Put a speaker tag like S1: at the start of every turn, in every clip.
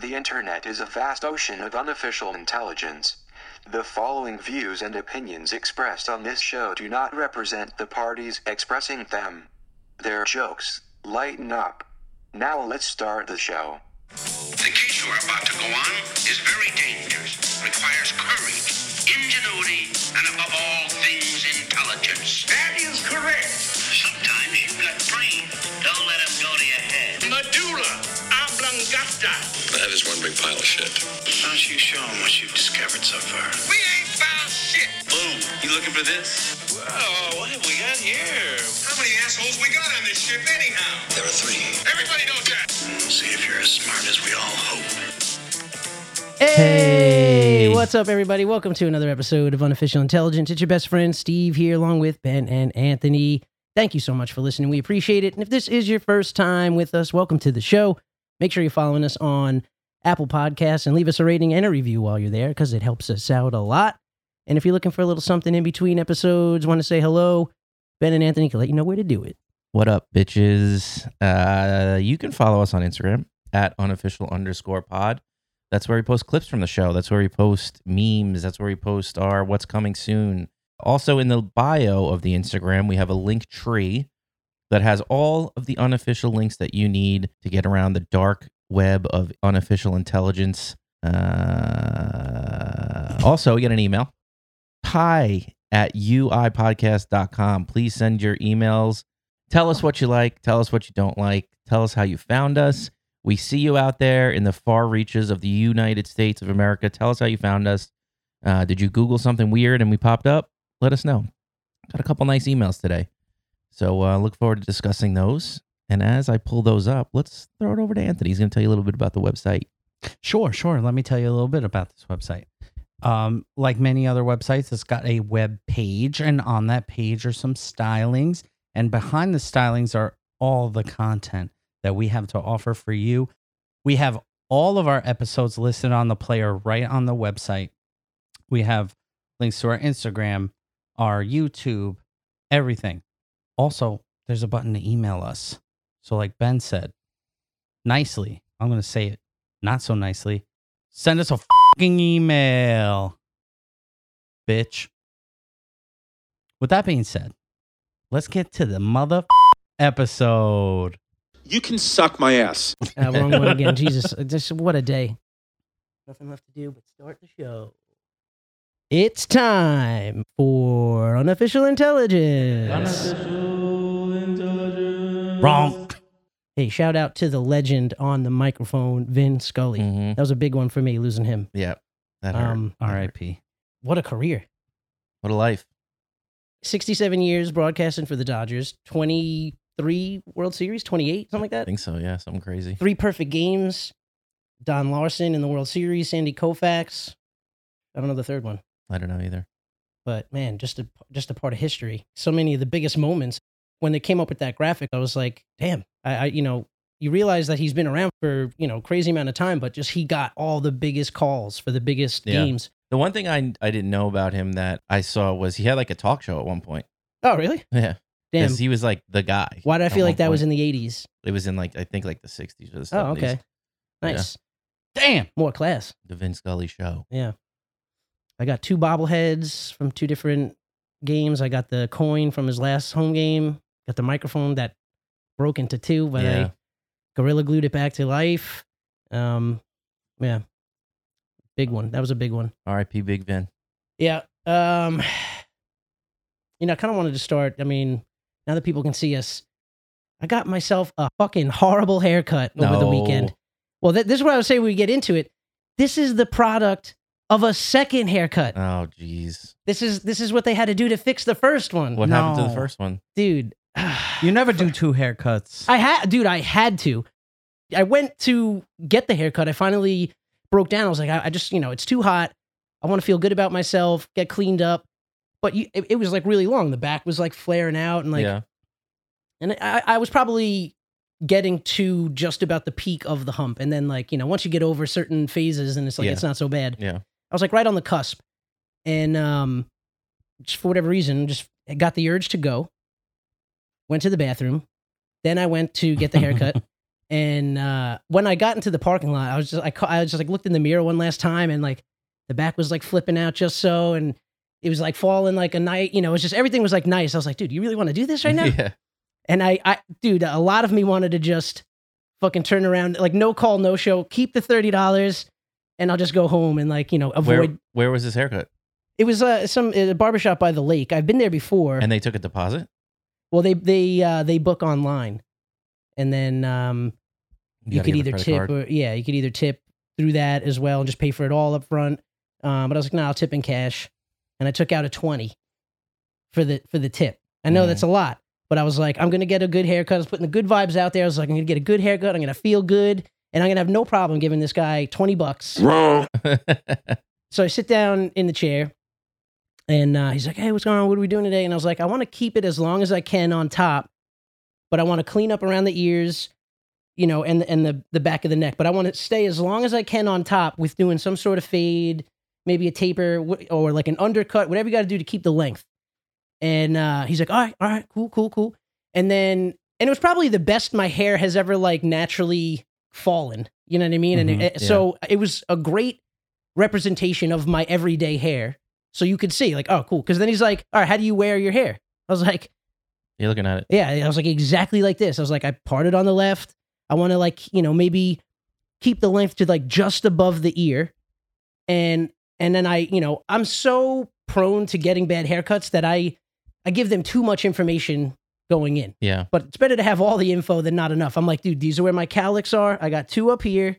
S1: The internet is a vast ocean of unofficial intelligence. The following views and opinions expressed on this show do not represent the parties expressing them. They're jokes. Lighten up. Now let's start the show.
S2: The case you are about to go on is very dangerous, requires courage, ingenuity, and above all things, intelligence. That is correct. Sometimes you've got brains. Don't let them go to your head. Medulla oblongata.
S3: That is one big pile of shit.
S2: Why don't you show them what you've discovered so far? We ain't found shit.
S3: Boom. You looking for this? Whoa, what have we got here?
S2: How many assholes we got on this ship anyhow?
S3: There are three.
S2: Everybody knows that. see if you're as smart as we all hope.
S4: Hey, what's up, everybody? Welcome to another episode of Unofficial Intelligence. It's your best friend Steve here, along with Ben and Anthony. Thank you so much for listening. We appreciate it. And if this is your first time with us, welcome to the show. Make sure you're following us on Apple Podcasts and leave us a rating and a review while you're there because it helps us out a lot. And if you're looking for a little something in between episodes, want to say hello, Ben and Anthony can let you know where to do it.
S5: What up, bitches? Uh, you can follow us on Instagram at unofficial underscore pod. That's where we post clips from the show. That's where we post memes. That's where we post our what's coming soon. Also, in the bio of the Instagram, we have a link tree that has all of the unofficial links that you need to get around the dark web of unofficial intelligence. Uh, also, get an email hi at uipodcast.com. Please send your emails. Tell us what you like. Tell us what you don't like. Tell us how you found us. We see you out there in the far reaches of the United States of America. Tell us how you found us. Uh, did you Google something weird and we popped up? Let us know. Got a couple nice emails today. So uh, look forward to discussing those. And as I pull those up, let's throw it over to Anthony. He's going to tell you a little bit about the website.
S6: Sure, sure. Let me tell you a little bit about this website. Um, like many other websites, it's got a web page, and on that page are some stylings, and behind the stylings are all the content that we have to offer for you. We have all of our episodes listed on the player right on the website. We have links to our Instagram, our YouTube, everything. Also, there's a button to email us. So, like Ben said, nicely, I'm going to say it not so nicely, send us a fucking email, bitch. With that being said, let's get to the mother episode.
S7: You can suck my ass.
S4: Uh, wrong one again. Jesus, uh, just what a day. Nothing left to do but start the show. It's time for unofficial intelligence.
S6: Wrong.
S4: Hey, shout out to the legend on the microphone, Vin Scully.
S5: Mhm.
S4: That was a big one for me losing him.
S5: Yeah. That hurt.
S4: Um,
S6: R.I.P.
S4: what a career!
S5: what a life.
S4: 67 years broadcasting for the Dodgers, 23 World Series, 28, something like
S5: I
S4: that.
S5: think so. Yeah. Something crazy.
S4: Three perfect games. Don Larson in the World Series, Sandy Koufax. I don't know the third one.
S5: I don't know either.
S4: but man, just a just a part of history. So many of the biggest moments. When they came up with that graphic, I was like, damn, I, I you know, you realize that he's been around for you know crazy amount of time, but just he got all the biggest calls for the biggest
S5: Yeah.
S4: games.
S5: The one thing I, I didn't know about him that I saw was he had like a talk show at one point.
S4: Oh, really?
S5: Yeah.
S4: Damn.
S5: Because he was like the guy.
S4: Why did I
S5: at
S4: feel
S5: one
S4: like that was in
S5: point.
S4: the eighties?
S5: It was in like, I think like the 60s or the 70s.
S4: Oh, okay. Nice.
S6: Damn.
S4: More class.
S5: The Vin Scully show.
S4: Yeah. I got two bobbleheads from two different games. I got the coin from his last home game. Got the microphone that broke into two, but
S5: Yeah.
S4: I gorilla glued it back to life. Um, yeah, big one. That was a big one.
S5: RIP Big Vin.
S4: Yeah. Um, you know, I kind of wanted to start. I mean, now that people can see us, I got myself a fucking horrible haircut over the
S5: No.
S4: weekend. Well, th- this is what I was saying. when We get into it. This is the product of a second haircut.
S5: Oh, jeez.
S4: This is this is what they had to do to fix the first one,
S5: What happened to
S6: No.
S5: the first one?
S4: dude.
S6: You never do two haircuts.
S4: I had, dude, I had to. I went to get the haircut. I finally broke down. I was like, I, I just, you know, it's too hot. I want to feel good about myself, get cleaned up. But you, it, it was like really long. The back was like flaring out, and like,
S5: yeah.
S4: and I, I was probably getting to just about the peak of the hump. And then like, you know, once you get over certain phases, and it's like
S5: Yeah.
S4: it's not so bad.
S5: Yeah.
S4: I was like right on the cusp, and um, just for whatever reason, just got the urge to go. Went to the bathroom, then I went to get the haircut, And uh, when I got into the parking lot, I was just I, ca- I was just like looked in the mirror one last time, and like the back was like flipping out just so, and it was like falling like a night. You know, it was just everything was like nice. I was like, dude, you really want to do this right now?
S5: Yeah.
S4: And I, I, dude, a lot of me wanted to just fucking turn around, like no call, no show, keep the thirty dollars, and I'll just go home and like you know avoid.
S5: Where where was his haircut?
S4: It was uh, some uh, barbershop by the lake. I've been there before.
S5: And they took a deposit.
S4: well, they they uh, they book online, and then um, you,
S5: gotta give
S4: could
S5: a
S4: either
S5: credit
S4: tip
S5: card.
S4: or yeah, you could either tip through that as well and just pay for it all up front. Um, but I was like, no, nah, I'll tip in cash, and I took out a twenty for the for the tip. I know
S5: Mhm.
S4: that's a lot, but I was like, I'm gonna get a good haircut. I was putting the good vibes out there. I was like, I'm gonna get a good haircut. I'm gonna feel good, and I'm gonna have no problem giving this guy twenty bucks.
S7: Wrong.
S4: So I sit down in the chair, and uh, he's like, "Hey, what's going on? What are we doing today?" And I was like, "I want to keep it as long as I can on top, but I want to clean up around the ears, you know, and and the the back of the neck. But I want to stay as long as I can on top with doing some sort of fade, maybe a taper wh- or like an undercut, whatever you got to do to keep the length." And uh, he's like, "All right, all right, cool, cool, cool." And then and it was probably the best my hair has ever like naturally fallen. You know what I mean? and
S5: Mhm,
S4: it,
S5: yeah.
S4: so it was a great representation of my everyday hair. So you could see, like, oh, cool. Because then he's like, all right, how do you wear your hair? I was like,
S5: You're looking at it.
S4: yeah. I was like, exactly like this. I was like, I parted on the left. I want to, like, you know, maybe keep the length to like just above the ear. And, and then I, you know, I'm so prone to getting bad haircuts that I, I give them too much information going in
S5: Yeah.
S4: but it's better to have all the info than not enough. I'm like, dude, these are where my cowlicks are. I got two up here.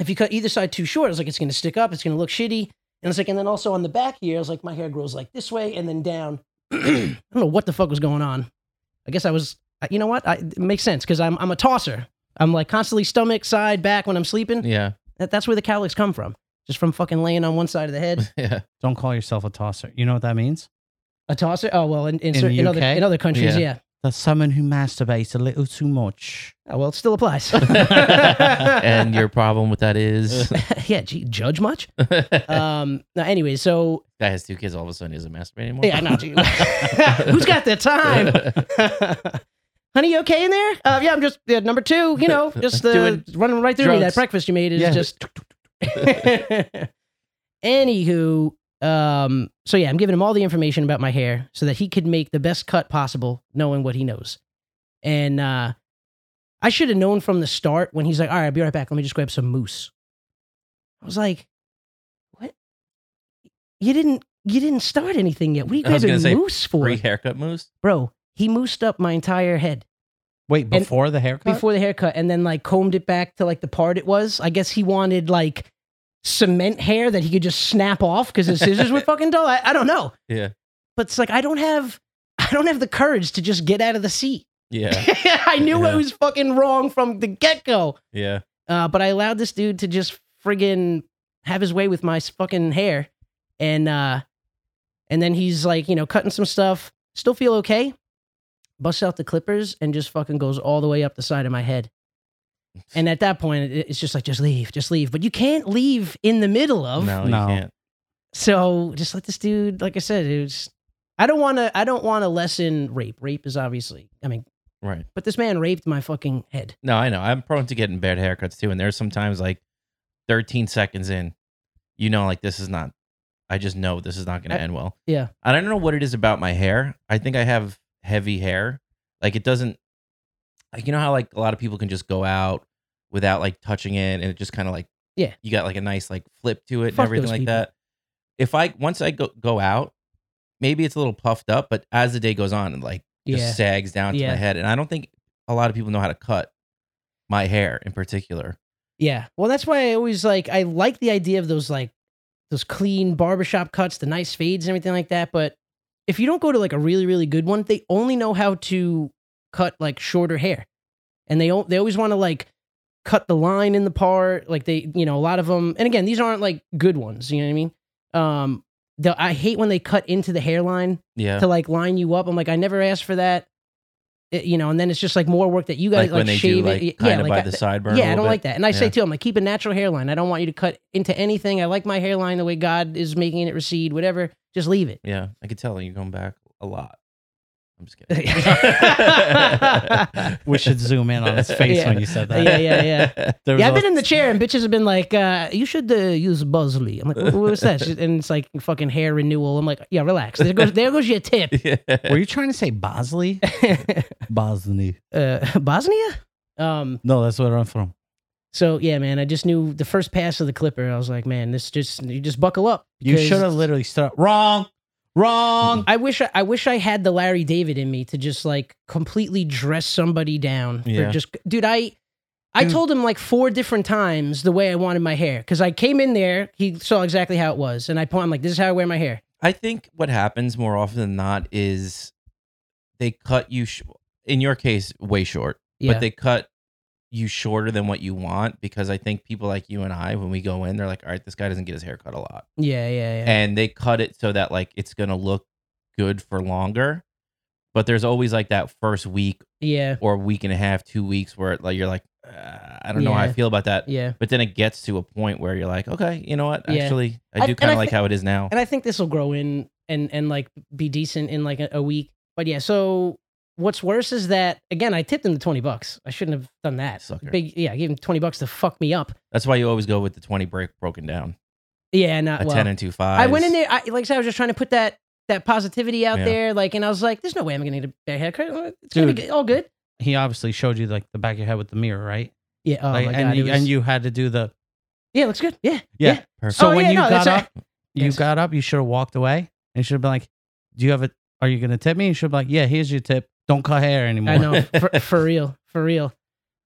S4: If you cut either side too short, I was like, it's gonna stick up, it's gonna look shitty. And it's like, and then also on the back here, I was like, my hair grows like this way and then down. I don't know what the fuck was going on. I guess I was, I- you know what? I, it makes sense because I'm, I'm a tosser. I'm like constantly stomach, side, back when I'm sleeping.
S5: Yeah.
S4: That, that's where the cowlicks come from, just from fucking laying on one side of the head.
S5: Yeah.
S6: Don't call yourself a tosser. You know what that means?
S4: A tosser? Oh well, in in,
S6: In
S4: cer-
S6: the
S4: in other
S6: UK?
S4: in other countries,
S5: Yeah.
S4: yeah.
S6: That's someone who masturbates a little too much.
S4: Oh, well, it still applies.
S5: and your problem with that is
S4: yeah, gee, judge much?
S5: guy
S4: um no, anyway so
S5: has two kids all of a sudden he doesn't masturbate anymore.
S4: yeah no, dude. who's got the time honey you okay in there uh, yeah i'm just yeah, number two you know just uh,
S5: Doing
S4: running right through me
S5: drugs.
S4: that breakfast you made is
S5: Yeah.
S4: just anywho um so yeah i'm giving him all the information about my hair so that he could make the best cut possible knowing what he knows and uh i should have known from the start when he's like all right i'll be right back let me just grab some moose i was like what you didn't you didn't start anything yet what are you
S5: I was
S4: grabbing
S5: gonna say
S4: moose for
S5: Free haircut moves.
S4: bro he moosed up my entire head
S6: Wait, before the haircut?
S4: before the haircut and then like combed it back to like the part it was i guess he wanted like cement hair that he could just snap off because his scissors were fucking dull I, I don't know
S5: Yeah.
S4: but it's like i don't have i don't have the courage to just get out of the seat
S5: Yeah.
S4: i knew
S5: Yeah.
S4: I was fucking wrong from the get-go
S5: Yeah.
S4: uh, but i allowed this dude to just friggin have his way with my s- fucking hair and uh and then he's like you know cutting some stuff still feel okay busts out the clippers and just fucking goes all the way up the side of my head and at that point it- it's just like just leave just leave but you can't leave in the middle of
S5: No, you
S6: No.
S5: can't.
S4: so just let this dude like i said it was i don't want to i don't want to lessen rape rape is obviously i mean
S5: Right.
S4: but this man raped my fucking head
S5: No, I know. I'm prone to getting bad haircuts too. And there's sometimes like 13 seconds in, you know, like this is not, I just know this is not going
S4: I-
S5: to end well.
S4: yeah.
S5: I don't know what it is about my hair. I think I have heavy hair. Like it doesn't, like, you know how like a lot of people can just go out without like touching it and it just kind of like,
S4: Yeah.
S5: you got like a nice like flip to it and
S4: Fuck
S5: everything
S4: those
S5: like
S4: people.
S5: that. If I, once I go, go out, maybe it's a little puffed up, but as the day goes on, like, just
S4: yeah
S5: sags down to
S4: Yeah.
S5: my head. And I don't think a lot of people know how to cut my hair in particular.
S4: yeah well that's why i always like i like the idea of those like those clean barbershop cuts the nice fades and everything like that but if you don't go to like a really really good one they only know how to cut like shorter hair and they al- they always want to like cut the line in the part like they you know a lot of them and again these aren't like good ones you know what i mean um the, i hate when they cut into the hairline
S5: Yeah.
S4: to like line you up i'm like i never asked for that It- you know and then it's just like more work that you guys
S5: Like,
S4: like,
S5: when they
S4: shave
S5: do like
S4: it
S5: kind
S4: yeah
S5: of
S4: like
S5: by
S4: I-
S5: the sideburn.
S4: yeah, I don't like that. And I say
S5: Yeah.
S4: too, I'm like, keep a natural hairline. I don't want you to cut into anything. I like my hairline the way God is making it recede, whatever. Just leave it.
S5: Yeah. I could tell you're going back a lot. I'm just kidding.
S6: We should zoom in on his face
S4: Yeah.
S6: when you said that.
S4: Yeah, yeah, yeah.
S6: There
S4: yeah, I've
S6: was
S4: been in the chair and bitches have been like, uh, "You should uh, use Buzzly." I'm like, "What what was that?" She's- And it's like fucking hair renewal. I'm like, "Yeah, relax. There goes there goes your tip."
S6: a- were you trying to say Bosley? Bosley.
S4: uh, Bosnia. Um.
S6: No, that's where I'm from.
S4: So yeah, man, I just knew the first pass of the Clipper. I was like, man, this just you just buckle up.
S6: You
S4: because
S6: should have literally started wrong, wrong.
S4: I wish I, I wish I had the Larry David in me to just like completely dress somebody down. for
S5: Yeah.
S4: just dude, I I
S6: Dude.
S4: told him like four different times the way I wanted my hair because I came in there, he saw exactly how it was, and I point, I'm like, this is how I wear my hair.
S5: I think what happens more often than not is they cut you, sh- in your case, way short,
S4: Yeah,
S5: but they cut you shorter than what you want because I think people like you and I, when we go in, they're like, all right, this guy doesn't get his hair cut a lot.
S4: yeah, yeah, yeah.
S5: and they cut it so that like it's gonna look good for longer. But there's always like that first week
S4: yeah,
S5: or week and a half, two weeks where it, like you're like, uh, I don't know how I
S4: Yeah.
S5: feel about that.
S4: yeah.
S5: But then it gets to a point where you're like, okay, you know what?
S4: Yeah.
S5: Actually,
S4: I-
S5: I do
S4: and
S5: kind
S4: I
S5: of like
S4: thi-
S5: how it is now.
S4: And I think this will grow in and and like be decent in like a, a week. But yeah, so what's worse is that again, I tipped him the twenty bucks. I shouldn't have done that.
S5: Sucker.
S4: Big yeah, I gave him twenty bucks to fuck me up.
S5: That's why you always go with the 20 break broken down,
S4: Yeah, not
S5: a
S4: Uh, well.
S5: 10 and two five.
S4: I went in there, I, like I said, I was just trying to put that that positivity out
S5: Yeah.
S4: there, like, and I was like, "There's no way I'm gonna get a bad haircut. It's gonna be
S6: Dude.
S4: good- all good."
S6: He obviously showed you like the back of your head with the mirror, right?
S4: Yeah, oh
S6: Like,
S4: my
S6: and
S4: God, it
S6: you,
S4: was-
S6: and you had to do the.
S4: yeah, it looks good. Yeah,
S6: Yeah.
S5: Perfect.
S6: So
S4: Oh,
S6: when
S4: yeah,
S6: you
S4: no,
S6: got
S4: that's
S6: up,
S4: right.
S6: you
S4: Yes.
S6: got up. You should have walked away and should have been like, "Do you have a? Are you gonna tip me?" You should be like, "Yeah, here's your tip. Don't cut hair anymore."
S4: I know for, for real, for real.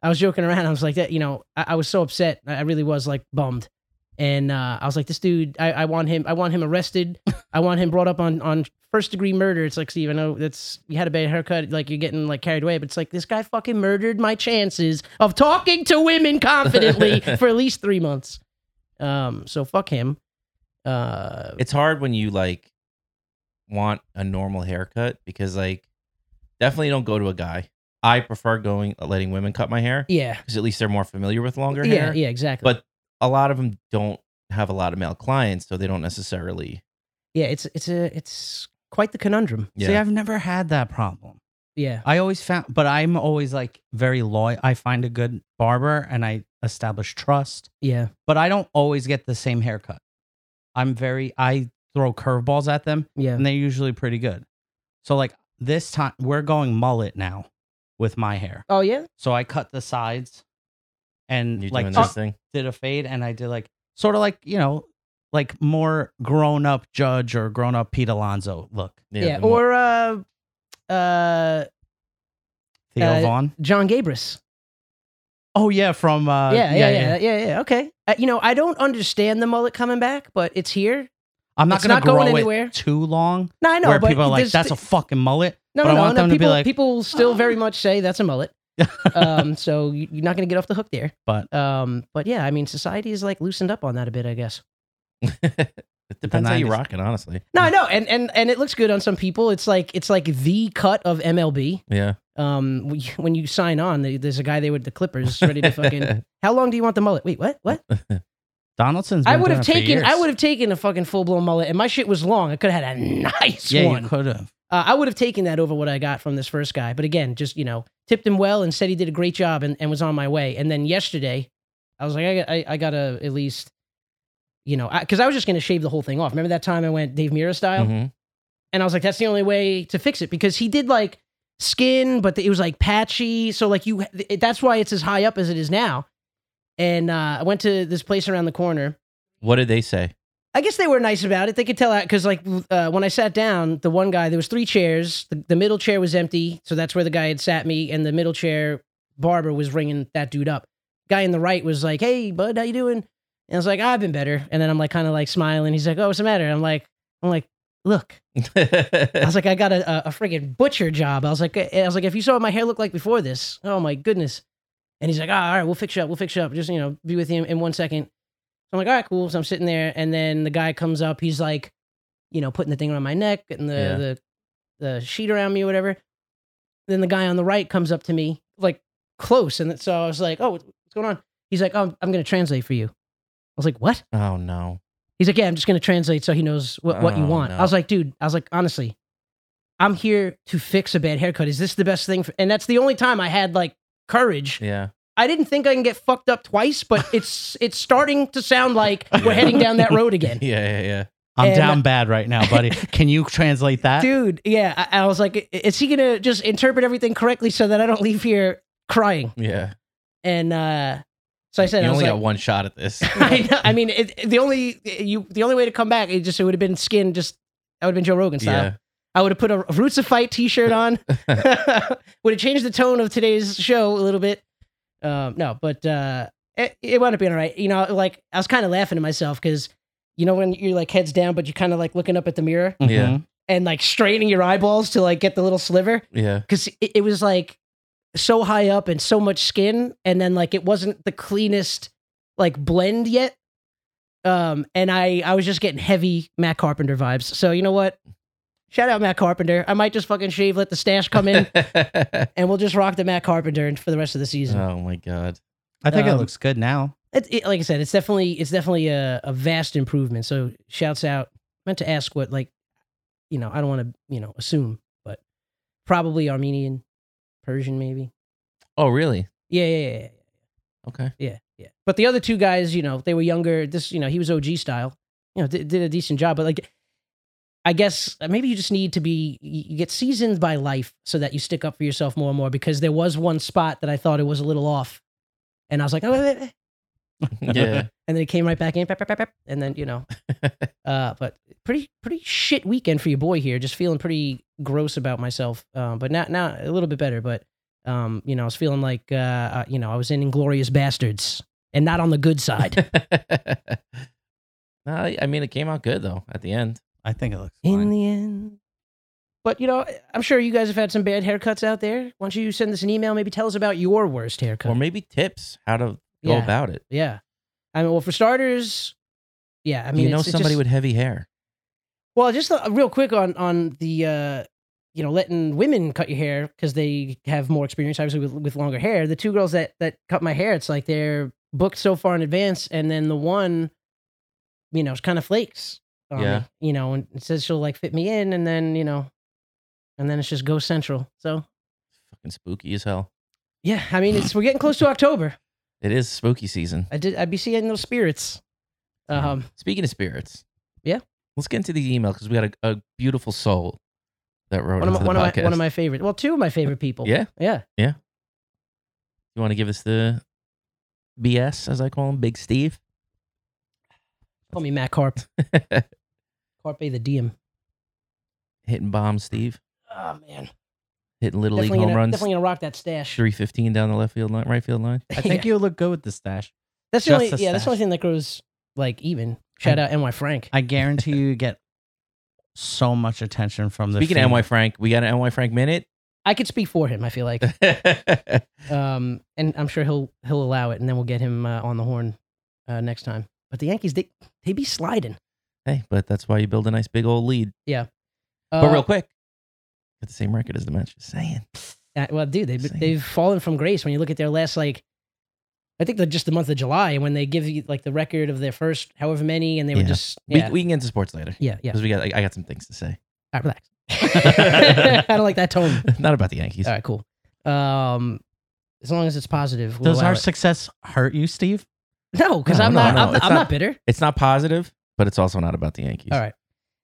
S4: I was joking around. I was like, "That you know, I, I was so upset. I I really was like bummed." And uh, I was like, "This dude, I, I want him. I want him arrested. I want him brought up on on first degree murder." It's like, Steve, I know that's you had a bad haircut. Like you're getting like carried away, but it's like this guy fucking murdered my chances of talking to women confidently for at least three months. Um, so fuck him. Uh,
S5: it's hard when you like want a normal haircut because like definitely don't go to a guy. I prefer going, uh, letting women cut my hair.
S4: yeah,
S5: because at least they're more familiar with longer
S4: yeah,
S5: hair.
S4: yeah, exactly.
S5: But a lot of them don't have a lot of male clients, so they don't necessarily.
S4: yeah, it's it's a it's quite the conundrum.
S5: Yeah.
S6: See, I've never had that problem.
S4: Yeah,
S6: I always found, but I'm always like very loyal. I find a good barber and I establish trust,
S4: yeah.
S6: but I don't always get the same haircut. I'm very, I throw curveballs at them
S4: Yeah.
S6: and they're usually pretty good. So, like this time, we're going mullet now with my hair.
S4: Oh yeah.
S6: So I cut the sides and
S5: You
S6: like
S5: doing
S6: just
S5: this thing?
S6: did a fade and I did like sort of like, you know, like more grown up judge or grown up Pete Alonso look.
S4: Yeah.
S5: the mo-
S4: or uh, uh,
S6: Theo
S4: Uh,
S6: Vaughn.
S4: John Gabris.
S6: Oh, yeah, from, uh,
S4: yeah, yeah, yeah, yeah, yeah, Okay. Uh, you know, I don't understand the mullet coming back, but it's here.
S6: I'm not
S4: It's
S6: going
S4: not
S6: to grow
S4: going
S6: it
S4: anywhere.
S6: too long
S4: No, I know.
S6: where
S4: but
S6: people are like,
S4: there's-
S6: that's a fucking mullet.
S4: no,
S6: but
S4: no,
S6: I
S4: no,
S6: want
S4: no,
S6: them to be
S4: people,
S6: like-
S4: people still very much say that's a mullet. um, so you- you're not going to get off the hook there.
S6: But-
S4: um, but yeah, I mean, society is like loosened up on that a bit, I guess.
S5: it depends how you
S6: 90s.
S5: rock it, honestly.
S4: No, I know, and and and it looks good on some people. It's like it's like the cut of MLB.
S5: Yeah.
S4: Um, when you- when you sign on, they- there's a guy there with the Clippers ready to fucking. How long do you want the mullet? Wait, what? What?
S6: Donaldson's.
S4: I
S6: been
S4: would
S6: doing
S4: have
S6: it for
S4: taken. I
S6: years.
S4: would have taken a fucking full blown mullet, and my shit was long. I could have had a nice
S6: Yeah,
S4: one.
S6: you could have.
S4: Uh, I would have taken that over what I got from this first guy. But again, just you know, tipped him well and said he did a great job and, and was on my way. And then yesterday, I was like, I I, I gotta at least, you know, because I, was just gonna shave the whole thing off. Remember that time I went Dave Mira style,
S6: Mm-hmm.
S5: Mhm.
S4: and I was like, that's the only way to fix it because he did like skin, but it was like patchy. So like you, that's why it's as high up as it is now. And uh, I went to this place around the corner.
S5: What did they say?
S4: I guess they were nice about it. They could tell that because, like, uh, when I sat down, the one guy there was three chairs. The, the middle chair was empty, so that's where the guy had sat me, and the middle chair barber was ringing that dude up. Guy in the right was like, "Hey, bud, how you doing?" And I was like, "I've been better." And then I'm like, kind of like smiling. He's like, "Oh, what's the matter?" I'm like, "I'm like, look." I was like, "I got a a, a friggin' butcher job." I was like, "I was like, if you saw what my hair looked like before this, oh my goodness." And he's like, "Ah, all right, we'll fix you up. We'll fix you up. Just you know, be with you in one second. So I'm like, all right, cool. So I'm sitting there, and then the guy comes up. He's like, you know, putting the thing around my neck, getting the
S5: Yeah.
S4: the, the sheet around me, or whatever. Then the guy on the right comes up to me, like close, and so I was like, oh, what's going on? He's like, oh, I'm, I'm going to translate for you. I was like, what?
S5: oh no.
S4: He's like, yeah, I'm just going to translate so he knows what, what you
S5: Oh,
S4: want.
S5: no.
S4: I was like, dude, I was like, honestly, I'm here to fix a bad haircut. Is this the best thing? For, and that's the only time I had like courage.
S5: Yeah.
S4: I didn't think I can get fucked up twice, but it's it's starting to sound like we're heading down that road again.
S5: Yeah. Yeah. Yeah.
S6: I'm
S4: And-
S6: down bad right now, buddy. Can you translate that?
S4: Dude, yeah. I, I was like, "I- is he gonna just interpret everything correctly so that I don't leave here crying?
S5: Yeah.
S4: And uh so I said,
S5: you
S4: I was
S5: only
S4: like,
S5: got one shot at this.
S4: I, know, I mean, it, the only you the only way to come back, it just it would have been skin. Just that would have been Joe Rogan style.
S5: yeah.
S4: I would have put a Roots of Fight T-shirt on. would have changed the tone of today's show a little bit. Um, no, but uh, it, it wound up being all right. You know, like I was kind of laughing to myself because you know when you're like heads down, but you're kind of like looking up at the mirror
S6: Mhm.
S5: Yeah.
S4: and like straining your eyeballs to like get the little sliver
S5: Yeah.
S4: because it, it was like so high up and so much skin and then like it wasn't the cleanest like blend yet um and i i was just getting heavy matt carpenter vibes so you know what shout out matt carpenter i might just fucking shave let the stash come in and we'll just rock the matt carpenter for the rest of the season
S5: oh my god.
S6: I think
S4: Um,
S6: it looks good now.
S4: it, it- like i said it's definitely it's definitely a, a vast improvement so shouts out meant to ask what like you know i don't want to you know assume but probably armenian persian maybe
S5: Oh really?
S4: yeah yeah yeah, yeah.
S5: Okay.
S4: Yeah, yeah. But the other two guys, you know, they were younger. This, you know, he was OG style. You know, did, did a decent job. But like, I guess uh, maybe you just need to be you you get seasoned by life so that you stick up for yourself more and more. Because there was one spot that I thought it was a little off, and I was like, oh, eh, eh, eh,"
S5: Yeah.
S4: and then it came right back in, pep, pep, pep, pep, and then you know, uh, but pretty pretty shit weekend for your boy here. Just feeling pretty gross about myself. Um, but now now a little bit better. But um, you know, I was feeling like uh, uh, you know, I was in Inglorious Bastards and not on the good side.
S5: no, I I mean it came out good though at the end.
S6: I think it looks
S4: in
S6: fine.
S4: the end. But you know, I'm sure you guys have had some bad haircuts out there. Why don't you send us an email? Maybe tell us about your worst haircut.
S5: Or maybe tips how to go
S4: yeah,
S5: about it.
S4: yeah. I mean, well, for starters, yeah. I mean,
S5: you know
S4: it's- it's
S5: somebody
S4: just-
S5: with heavy hair.
S4: Well, just uh, real quick on on the uh, you know letting women cut your hair because they have more experience, obviously with, with longer hair. The two girls that that cut my hair, it's like they're booked so far in advance, and then the one, you know, kind of flakes. On
S5: Yeah.
S4: Me, you know, and it says she'll like fit me in, and then you know, and then it's just go central. So
S5: Fucking spooky as hell.
S4: yeah, I mean, it's we're getting close to October.
S5: It is spooky season.
S4: I did I'd be seeing those spirits.
S5: Mm-hmm.
S4: Um,
S5: Speaking of spirits,
S4: Yeah.
S5: let's get into the email because we got a, a beautiful soul that wrote
S4: one of
S5: into
S4: my,
S5: the
S4: one of
S5: podcast.
S4: my one of my favorite. Well, two of my favorite people.
S5: yeah,
S4: yeah.
S5: you want to give us the BS as I call him, Big Steve.
S4: Call me Matt Carp. Carpe the diem.
S5: hitting bomb Steve,
S4: Oh man,
S5: hitting little
S4: definitely
S5: league home
S4: gonna,
S5: runs,
S4: definitely gonna rock that stash.
S5: three fifteen down the left field line, right field line.
S6: I think
S4: Yeah.
S6: you look good with the stash.
S4: That's the only
S6: just a
S4: yeah. That's the only
S6: stash.
S4: thing that grows like even. Shout out NY Frank.
S6: I guarantee you get so much attention from the
S5: Speaking of NY Frank, we got an NY Frank minute.
S4: I could speak for him. I feel like, um, and I'm sure he'll he'll allow it, and then we'll get him uh, on the horn uh, next time. But the Yankees, they they be sliding.
S5: hey, but that's why you build a nice big old lead.
S4: Uh,
S5: But real quick, got the same record as the Mets. Just saying.
S4: uh, well, dude, they
S5: Same.
S4: they've fallen from grace when you look at their last like. I think they're just the month of July, and when they give you like the record of their first however many, and they were
S5: Yeah.
S4: just yeah,
S5: We, we can get into sports later
S4: yeah, yeah.
S5: because we got. I, I got some things to say.
S4: All right, relax. I don't like that tone.
S5: Not about the Yankees.
S4: All right, cool. Um, as long as it's positive, we'll
S6: Does
S4: allow
S6: our
S4: it.
S6: success hurt you, Steve?
S4: no? Because
S5: No,
S4: I'm
S5: no,
S4: not.
S5: no,
S4: I'm,
S5: it's
S4: I'm not,
S5: not-
S4: bitter.
S5: It's not positive, but it's also not about the Yankees.
S4: All right.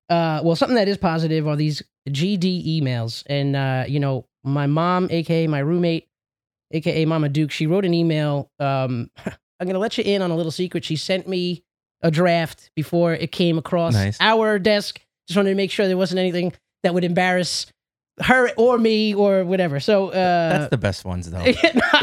S4: Uh, well, something that is positive are these GD emails, and uh, you know, my mom, aka my roommate, aka Mama Duke, she wrote an email. Um, I'm gonna let you in on a little secret. She sent me a draft before it came across
S5: Nice.
S4: our desk. Just wanted to make sure there wasn't anything that would embarrass her or me or whatever. So uh,
S5: That's the best ones though.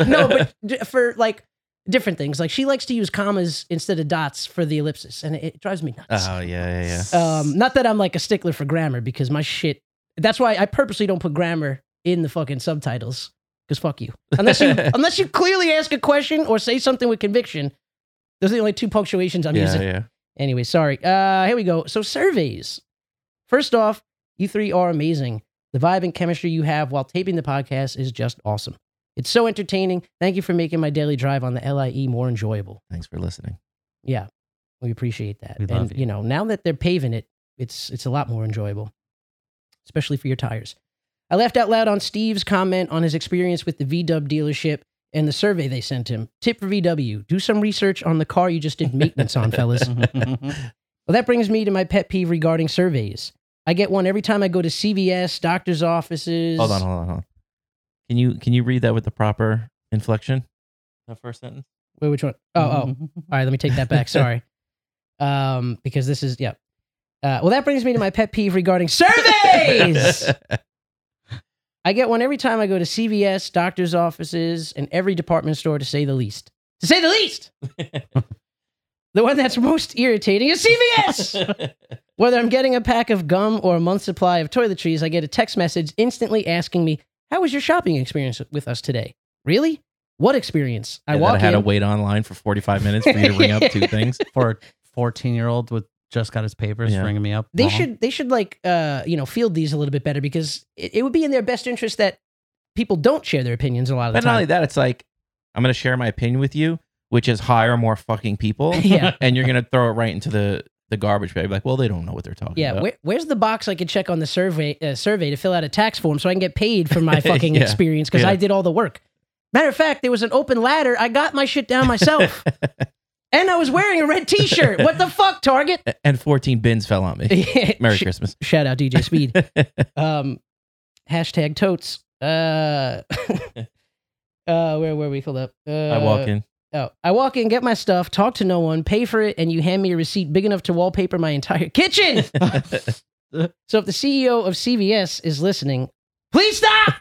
S4: no, but d- for like different things, like she likes to use commas instead of dots for the ellipsis, and it, it drives me nuts.
S5: oh yeah, yeah, yeah.
S4: Um, not that I'm like a stickler for grammar because my shit. That's why I purposely don't put grammar in the fucking subtitles because fuck you. Unless you unless you clearly ask a question or say something with conviction. Those are the only two punctuations I'm
S5: yeah,
S4: using.
S5: yeah.
S4: Anyway, sorry. Uh, here we go. So surveys. First off, you three are amazing. The vibe and chemistry you have while taping the podcast is just awesome. It's so entertaining. Thank you for making my daily drive on the LIE more enjoyable.
S5: Thanks for listening.
S4: Yeah, we appreciate that.
S6: We
S4: and
S6: love you.
S4: know, now that they're paving it, it's it's a lot more enjoyable. especially for your tires. I laughed out loud on Steve's comment on his experience with the VW dealership and the survey they sent him. Tip for VW do some research on the car you just did maintenance on, fellas.
S5: Oh,
S4: Well, that brings me to my pet peeve regarding surveys. I get one every time I go to CVS, doctor's offices.
S5: Hold on, hold on, hold on. Can you can you read that with the proper inflection? That first sentence.
S4: Wait, which one? Oh, oh.
S6: Mm-hmm.
S4: All right, let me take that back. Sorry. um, because this is, yeah. Uh, well, that brings me to my pet peeve regarding surveys. I get one every time I go to CVS, doctor's offices, and every department store, to say the least. To say the least! the one that's most irritating is CVS! Whether I'm getting a pack of gum or a month's supply of toiletries, I get a text message instantly asking me, How was your shopping experience with us today? Really? What experience?
S5: I that I had to wait online for forty five minutes for you to ring up two things.
S6: For a 14 year old with just got his papers
S5: Yeah.
S6: ringing me up.
S4: they
S5: Uh-huh.
S6: Mom.
S4: should they should like uh you know field these a little bit better because it, it would be in their best interest that people don't share their opinions a lot of the
S5: But not only
S4: time.
S5: that, it's like I'm going to share my opinion with you, which is hire more fucking people,
S4: yeah,
S5: and you're going to throw it right into the the garbage bag. Like, well, they don't know what they're talking
S4: yeah.
S5: about.
S4: Where, where's the box I could check on the survey uh, survey to fill out a tax form so I can get paid for my fucking
S5: Yeah.
S4: experience because I
S5: Yeah.
S4: did all the work. Matter of fact, there was an open ladder. I got my shit down myself, and I was wearing a red T-shirt. What the fuck, Target?
S5: A- and 14 bins fell on me. Merry
S4: Sh-
S5: Christmas.
S4: Shout out DJ Speed. um, hashtag totes. Uh, uh, where were we? Hold up. Uh,
S5: I walk in.
S4: Oh, I walk in, get my stuff, talk to no one, pay for it, and you hand me a receipt big enough to wallpaper my entire kitchen. so if the CEO of CVS is listening, please stop.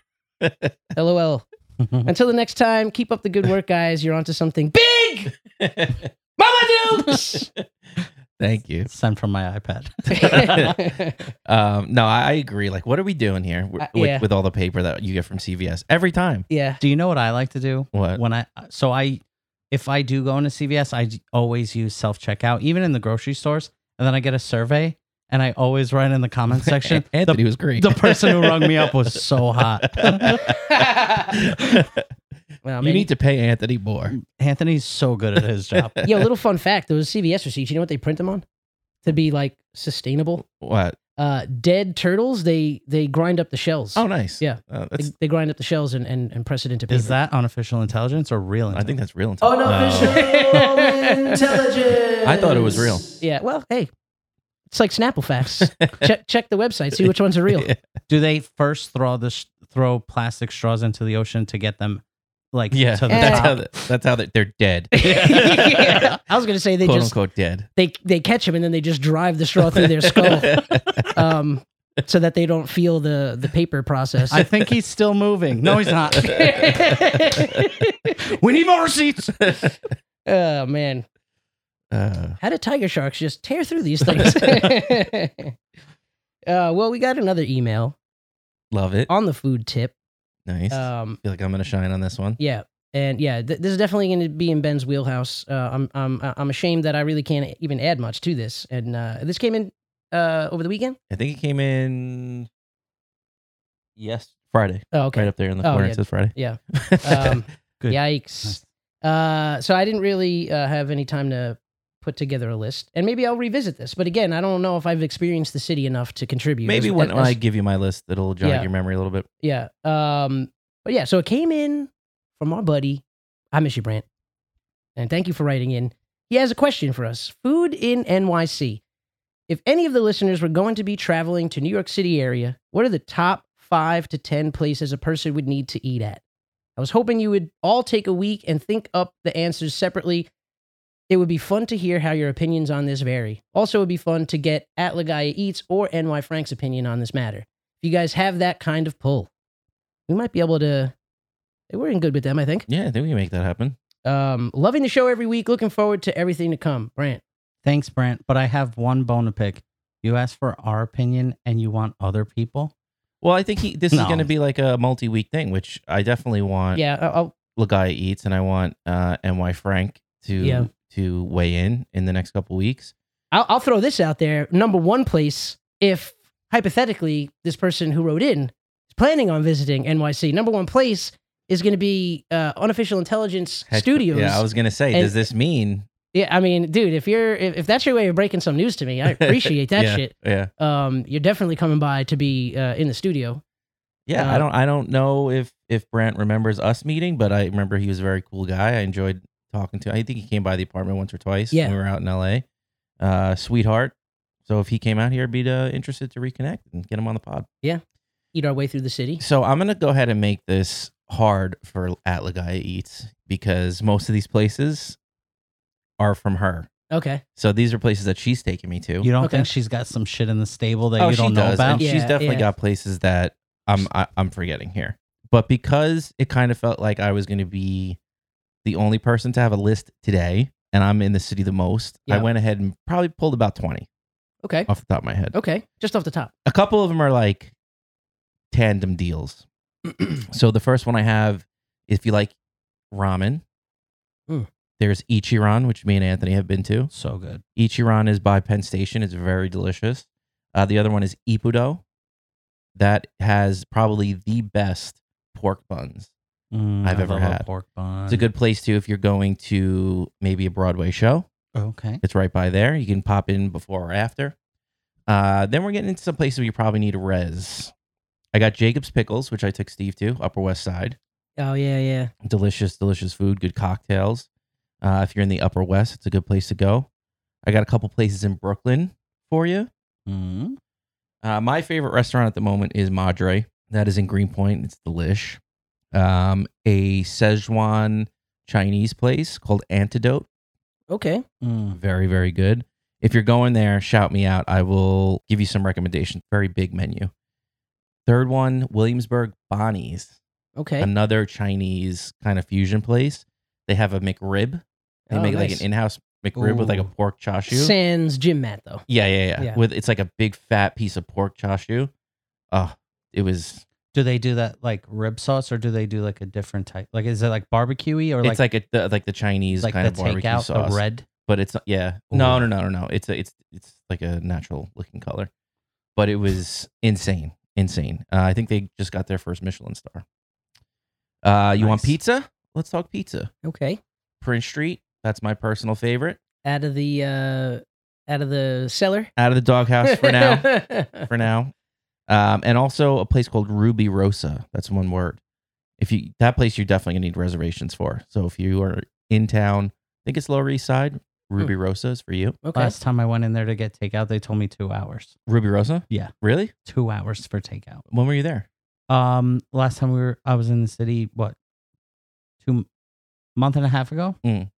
S4: LOL. Until the next time, keep up the good work, guys. You're onto something big. Mama Dukes.
S5: Thank you.
S6: send from my iPad.
S5: Um, no, I I agree. Like, what are we doing here with,
S4: Uh, yeah.
S5: with, with all the paper that you get from CVS every time?
S4: yeah.
S6: Do you know what I like to do?
S5: What?
S6: When I so I if I do go into CVS, I d- always use self checkout, even in the grocery stores, and then I get a survey, and I always write in the comment section.
S5: Anthony
S6: the,
S5: was great.
S6: the person who rung me up was so hot.
S4: Well,
S5: you
S4: maybe-
S5: need to pay Anthony more.
S4: Mm.
S6: Anthony's so good at his job.
S4: Yo, little fun fact: those CVS receipts. You know what they print them on? To be like sustainable.
S5: What?
S4: Uh, dead turtles. They they grind up the shells.
S5: Oh, nice.
S4: Yeah.
S5: Uh,
S4: they,
S5: that's,
S4: they grind up the shells and and, and press it into paper.
S6: Is that unofficial intelligence or real?
S5: I think
S6: Intelligence?
S5: that's real. Oh,
S4: intelligence.
S5: I thought it was real.
S4: Yeah. Well, hey, it's like Snapple facts. check check the website. See which ones are real.
S6: do they first throw this throw plastic straws into the ocean to get them like
S5: Yeah,
S6: to the
S5: that's
S6: top?
S5: how the, that's how they're, they're dead,
S4: Yeah. I was gonna say they
S5: quote
S4: just
S5: unquote dead.
S4: they they catch them and then they just drive the straw through their skull, um, so that they don't feel the the paper process.
S6: I think he's still moving. No, he's not. we need more receipts.
S4: oh man.
S5: Uh,
S4: How do tiger sharks just tear through these things? uh, well, we got another email
S5: love it.
S4: on the food tip.
S5: Nice.
S4: Um,
S5: Feel like I'm gonna shine on this one.
S4: yeah, and yeah, th- this is definitely going to be in Ben's wheelhouse. Uh, I'm I'm I'm ashamed that I really can't e-, even add much to this. And uh, this came in uh, over the weekend.
S5: I think it came in yes Friday,
S4: Oh,
S5: right
S4: okay.
S5: up there in the
S4: Oh,
S5: corner.
S4: yeah.
S5: It says Friday.
S4: Yeah.
S5: Um,
S4: Um, Yikes. Uh, so I didn't really uh, have any time to put together a list, and maybe I'll revisit this. But again, I don't know if I've experienced the city enough to contribute.
S5: Maybe
S4: As-
S5: when
S4: as-
S5: I give you my list, it'll jog
S4: Yeah.
S5: your memory a little bit.
S4: Yeah. Um. But yeah, so it came in from our buddy. I miss you, Brant. And thank you for writing in. He has a question for us. Food in NYC. If any of the listeners were going to be traveling to New York City area, what are the top five to ten places a person would need to eat at? I was hoping you would all take a week and think up the answers separately. It would be fun to hear how your opinions on this vary. Also, it would be fun to get at Lagaya Eats or NY Frank's opinion on this matter. If you guys have that kind of pull, we might be able to. We're in good with them, I think.
S5: Yeah, I think we can make that happen.
S4: Um, loving the show every week. Looking forward to everything to come. Brant,
S6: Thanks, Brent. But I have one bone to pick. You asked for our opinion and you want other people?
S5: Well, I think he, this is
S6: No.
S5: going to be like a multi-week thing, which I definitely want.
S4: yeah, I'll, I'll,
S5: Lagaya eats, and I want uh, NY Frank to
S4: Yeah.
S5: to weigh in in the next couple weeks.
S4: I'll, I'll throw this out there. Number one place, if hypothetically this person who wrote in is planning on visiting NYC, number one place is going to be uh, Unofficial Intelligence
S5: Heck,
S4: Studios.
S5: Yeah, I was going to say,
S4: And-
S5: does this mean
S4: Yeah, I mean, dude, if you're if, if that's your way of breaking some news to me, I appreciate that
S5: yeah,
S4: shit.
S5: Yeah,
S4: Um, you're definitely coming by to be uh, in the studio.
S5: yeah.
S4: Uh,
S5: I don't. I don't know if if Brent remembers us meeting, but I remember he was a very cool guy. I enjoyed talking to. I think he came by the apartment once or twice.
S4: Yeah.
S5: when we were out in L.A. Uh, sweetheart. So if he came out here, I'd be uh, interested to reconnect and get him on the pod.
S4: Eat our way through the city.
S5: So I'm gonna go ahead and make this hard for at Lagaya Eats because most of these places are from her.
S4: Okay.
S5: So these are places that she's taken me to.
S6: You don't
S4: Okay.
S6: think she's got some shit in the stable that you
S5: Oh, she
S6: don't know
S5: does,
S6: about?
S5: and she's
S4: Yeah,
S5: definitely
S4: yeah.
S5: got places that I'm I, I'm forgetting here. But because it kind of felt like I was going to be the only person to have a list today, and I'm in the city the most,
S4: Yeah.
S5: I went ahead and probably pulled about twenty
S4: Okay.
S5: off the top of my head.
S4: Okay. Just off the top.
S5: A couple of them are like tandem deals. so the first one I have, if you like ramen,
S4: Mm.
S5: there's Ichiran, which me and Anthony have been to.
S6: So good.
S5: Ichiran is by Penn Station. It's very delicious. Uh, the other one is Ippudo. That has probably the best pork buns.
S6: Mm,
S5: I've ever
S6: love a
S5: had.
S6: pork bun.
S5: It's a good place too if you're going to maybe a Broadway show.
S6: Okay.
S5: It's right by there. You can pop in before or after. Uh, then we're getting into some places where you probably need a res. I got Jacob's Pickles, which I took Steve to, Upper West Side.
S4: Oh yeah, yeah.
S5: delicious, delicious food, good cocktails. Uh, if you're in the Upper West, it's a good place to go. I got a couple places in Brooklyn for you.
S6: Mm.
S5: Uh, my favorite restaurant at the moment is Madre. That is in Greenpoint. It's delish. Um, a Szechuan Chinese place called Antidote.
S4: Okay.
S6: Mm.
S5: Very, very good. If you're going there, shout me out. I will give you some recommendations. Very big menu. Third one, Williamsburg Bonnie's
S4: Okay.
S5: another Chinese kind of fusion place. They have a McRib. They
S4: Oh,
S5: make like
S4: nice.
S5: an in-house McRib with like a
S6: Ooh.
S5: pork chashu.
S4: Sans gym mat though.
S5: yeah, yeah, yeah,
S4: Yeah.
S5: With it's like a big fat piece of pork chashu. Oh, it was.
S6: Do they do that like rib sauce or do they do like a different type? Like, is it like barbecue y or like,
S5: it's like a, the, like the Chinese
S6: like
S5: kind
S6: the
S5: of barbecue
S6: takeout,
S5: sauce,
S6: the red?
S5: but it's yeah. No,
S6: Ooh.
S5: no, no, no, no. It's a, it's it's like a natural looking color, but it was insane, insane. Uh, I think they just got their first Michelin star. Uh, you want
S6: Nice.
S5: pizza? Let's talk pizza.
S4: Okay.
S5: Prince Street. That's my personal favorite.
S4: Out of the uh out of the cellar.
S5: Out of the doghouse for now. for now. Um, and also a place called Ruby Rosa. That's one word. If you that place, you're definitely gonna need reservations for. So if you are in town, I think it's Lower East Side.
S6: Hmm.
S5: Ruby Rosa is for you.
S4: okay.
S6: Last time I went in there to get takeout, they told me two hours.
S5: Ruby Rosa.
S6: Yeah.
S5: Really?
S6: Two hours for takeout.
S5: When were you there?
S6: Um, last time we were, I was in the city. What, two m- month and a half ago?
S5: Mm.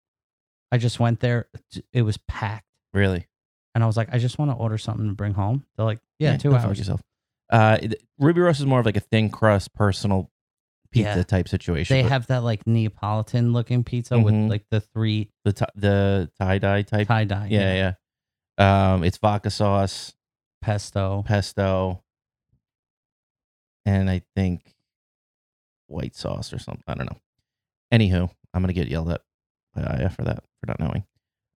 S6: I just went there. t- It was packed,
S5: Really?
S6: and I was like, I just want to order something to bring home. They're like, Yeah, two
S5: go fuck
S6: hours.
S5: Yourself. Uh, it- Ruby Rosa is more of like a thin crust personal pizza
S6: Yeah.
S5: type situation.
S6: They
S5: but
S6: have that like Neapolitan looking pizza
S5: Mhm.
S6: with like the three
S5: the ti- the tie dye type.
S6: tie dye,
S5: yeah, yeah. Um, it's vodka sauce,
S6: pesto.
S5: pesto, and I think white sauce or something. I don't know. Anywho, I'm gonna get yelled at by Aya for that for not knowing.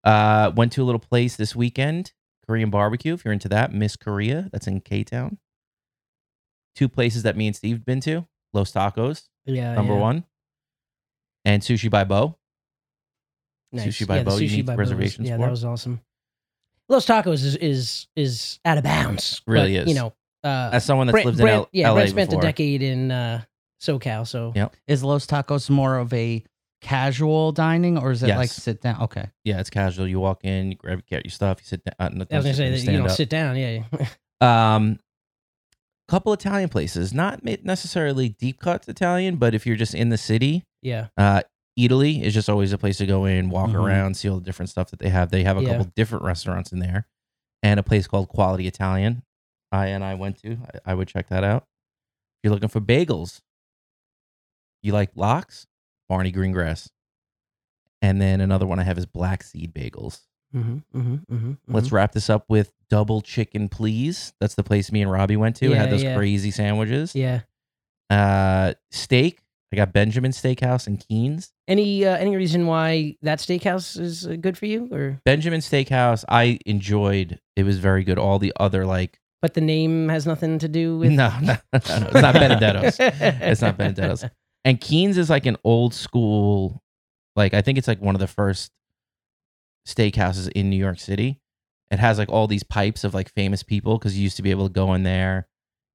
S5: Uh, went to a little place this weekend, Korean barbecue. If you're into that, Miss Korea, that's in K Town. Two places that me and Steve have been to: Los Tacos,
S4: yeah,
S5: number
S4: Oh, yeah.
S5: one, and Sushi by Bo.
S4: Nice.
S5: Sushi by
S4: yeah, the
S5: Bo, you
S4: Sushi
S5: need
S4: by Bo was-
S5: reservations
S4: Yeah,
S5: for?
S4: that was awesome. Los Tacos is is is out of bounds. but,
S5: Really is.
S4: You know, uh,
S5: As someone that's
S4: Brent,
S5: lived in
S4: Brent-
S5: L-
S4: yeah,
S5: LA
S4: Brent spent
S5: before,
S4: a decade in uh, SoCal, so
S5: Yeah.
S6: Is Los Tacos more of a casual dining or is it like
S5: Yes.
S6: sit down? Okay.
S5: yeah, it's casual. You walk in, you grab, get your stuff, you sit down. Uh,
S4: I was gonna say that you
S5: stand
S4: don't
S5: up.
S4: sit down. Yeah, yeah.
S5: Um, couple Italian places, not ma- necessarily deep cuts Italian, but if you're just in the city,
S4: yeah.
S5: uh, Italy is just always a place to go in, walk
S6: Mhm.
S5: around, see all the different stuff that they have. They have a
S4: Yeah.
S5: couple different restaurants in there, and a place called Quality Italian. I and I went to. I, I would check that out. If you're looking for bagels, you like locks, Barney Greengrass, and then another one I have is Black Seed Bagels.
S4: Mm-hmm, mm-hmm, mm-hmm,
S5: Let's wrap this up with double chicken, please. That's the place me and Robbie went to. It
S4: Yeah,
S5: had those
S4: yeah.
S5: crazy sandwiches.
S4: Yeah.
S5: Uh, steak. I got Benjamin Steakhouse in Keens.
S4: Any uh, any reason why that steakhouse is uh, good for you, or
S5: Benjamin Steakhouse. I enjoyed. It was very good. All the other like
S4: but the name has nothing to do with?
S5: no, no, no, no, it's not Benedetto's.
S4: it's
S5: not Benedetto's. And Keens is like an old school. Like I think it's like one of the first steakhouses in New York City. It has like all these pipes of like famous people because you used to be able to go in there,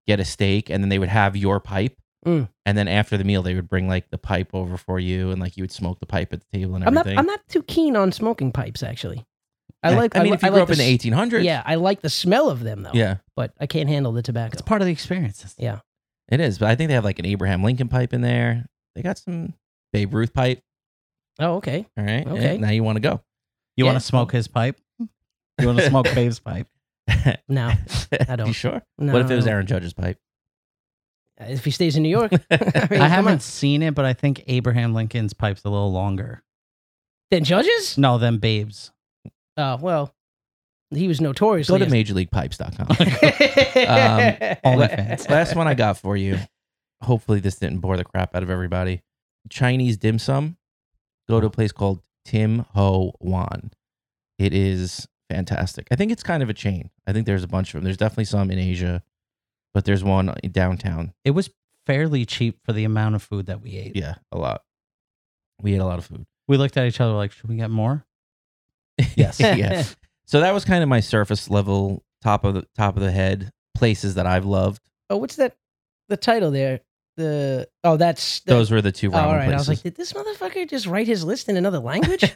S5: get a steak, and then they would have your pipe.
S4: Mm.
S5: And then after the meal, they would bring like the pipe over for you, and like you would smoke the pipe at the table and
S4: I'm not.
S5: everything.
S4: I'm not too keen on smoking pipes, actually. I
S5: Yeah.
S4: like.
S5: I mean,
S4: li-
S5: if you
S4: I
S5: grew
S4: like
S5: up in the
S4: s-
S5: 1800s,
S4: yeah, I like the smell of them though.
S5: yeah,
S4: but I can't handle the tobacco.
S6: It's part of the experience.
S5: it is. But I think they have like an Abraham Lincoln pipe in there. They got some Babe Ruth pipe.
S4: oh, okay.
S5: All right, Yeah,
S4: Okay.
S5: now you want to go?
S6: You
S4: Yeah.
S6: want to smoke his pipe? You want to smoke Babe's pipe?
S4: No, I
S5: You
S4: don't.
S5: sure?
S4: no.
S5: What if it was Aaron Judge's pipe?
S4: If he stays in New York, mean,
S6: I
S4: come on.
S6: haven't seen it, but I think Abraham Lincoln's pipe's a little longer.
S4: then judges.
S6: No, than Babe's.
S4: Oh well, he was notorious.
S5: Go to Um, majorleaguepipes.com.
S6: OnlyFans.
S5: Last one I got for you. Hopefully, this didn't bore the crap out of everybody. Chinese dim sum. Go to a place called Tim Ho Wan. It is fantastic. I think it's kind of a chain. I think there's a bunch of them. There's definitely some in Asia, but there's one in downtown.
S6: It was fairly cheap for the amount of food that we ate.
S5: Yeah, a lot. We ate a lot of food.
S6: We looked at each other like, should we get more?
S5: yeah. So that was kind of my surface level, top of the top of the head places that I've loved.
S4: Oh, what's that? The title there. The oh, that's the,
S5: Those were the two
S4: Oh,
S5: ramen
S4: all right. I was like,
S5: places.
S4: did this motherfucker just write his list in another language?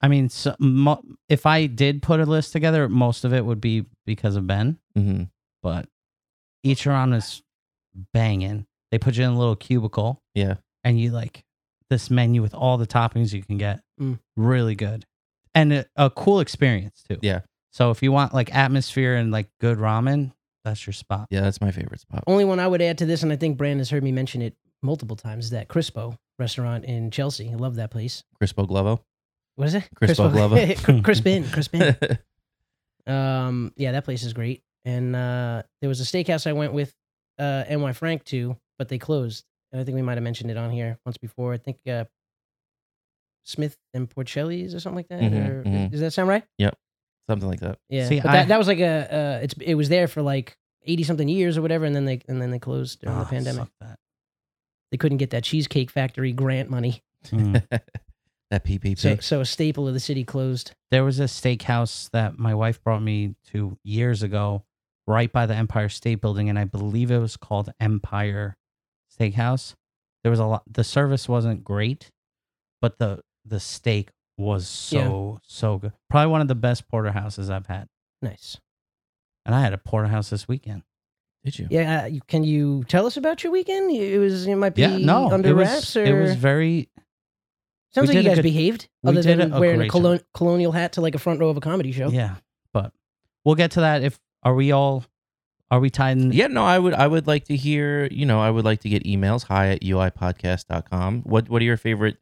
S6: I mean, so, mo- if I did put a list together, most of it would be because of Ben,
S5: Mhm.
S6: but Ichiran is banging. They put you in a little cubicle
S5: Yeah.
S6: and you like this menu with all the toppings you can get.
S4: Mm.
S6: Really good. And a, a cool experience too.
S5: Yeah.
S6: So if you want like atmosphere and like good ramen, that's your spot.
S5: Yeah, that's my favorite spot.
S4: Only one I would add to this, and I think Brand has heard me mention it multiple times, is that Crispo restaurant in Chelsea. I love that place.
S5: Crispo Glovo.
S4: What is it?
S5: Crispo Glovo.
S4: Crispin. Crispin. Um, yeah, that place is great. And uh, there was a steakhouse I went with uh, NY Frank to, but they closed. And I think we might have mentioned it on here once before. I think uh, Smith and Porcelli's or something like that.
S5: Mhm,
S4: or,
S5: mhm.
S4: Does that sound right?
S5: Something like that.
S4: Yeah.
S6: Mm-hmm, See,
S4: but
S6: I-
S4: that, that was like a uh, it's it was there for like eighty something years or whatever, and then they and then they closed during the
S6: Ah,
S4: pandemic.
S6: suck that.
S4: They couldn't get that cheesecake factory grant money,
S6: Mm.
S5: that PPP.
S4: so so a staple of the city closed.
S6: there was a steakhouse that my wife brought me to years ago, right by the Empire State Building, and I believe it was called Empire Steakhouse. There was a lot. The service wasn't great, but the the steak was
S4: Yeah.
S6: so so good. Probably one of the best porterhouses I've had,
S4: Nice.
S6: and I had a porterhouse this weekend.
S5: Did you?
S4: Yeah. uh, you- Can you tell us about your weekend? You- It was it might be
S6: Yeah, no,
S4: under
S6: it was
S4: wraps or
S6: it was very
S4: sounds
S6: we
S4: like you
S6: did a
S4: guys
S6: good-
S4: behaved
S6: we
S4: other
S6: did
S4: than
S6: a- a
S4: wearing a
S6: great
S4: colon,
S6: job.
S4: colonial hat to like a front row of a comedy show.
S6: yeah. But we'll get to that. If are we all are we tied in?
S5: Yeah, no, I would I would like to hear, you know, I would like to get emails. Hi at uipodcast.com. What what are your favorite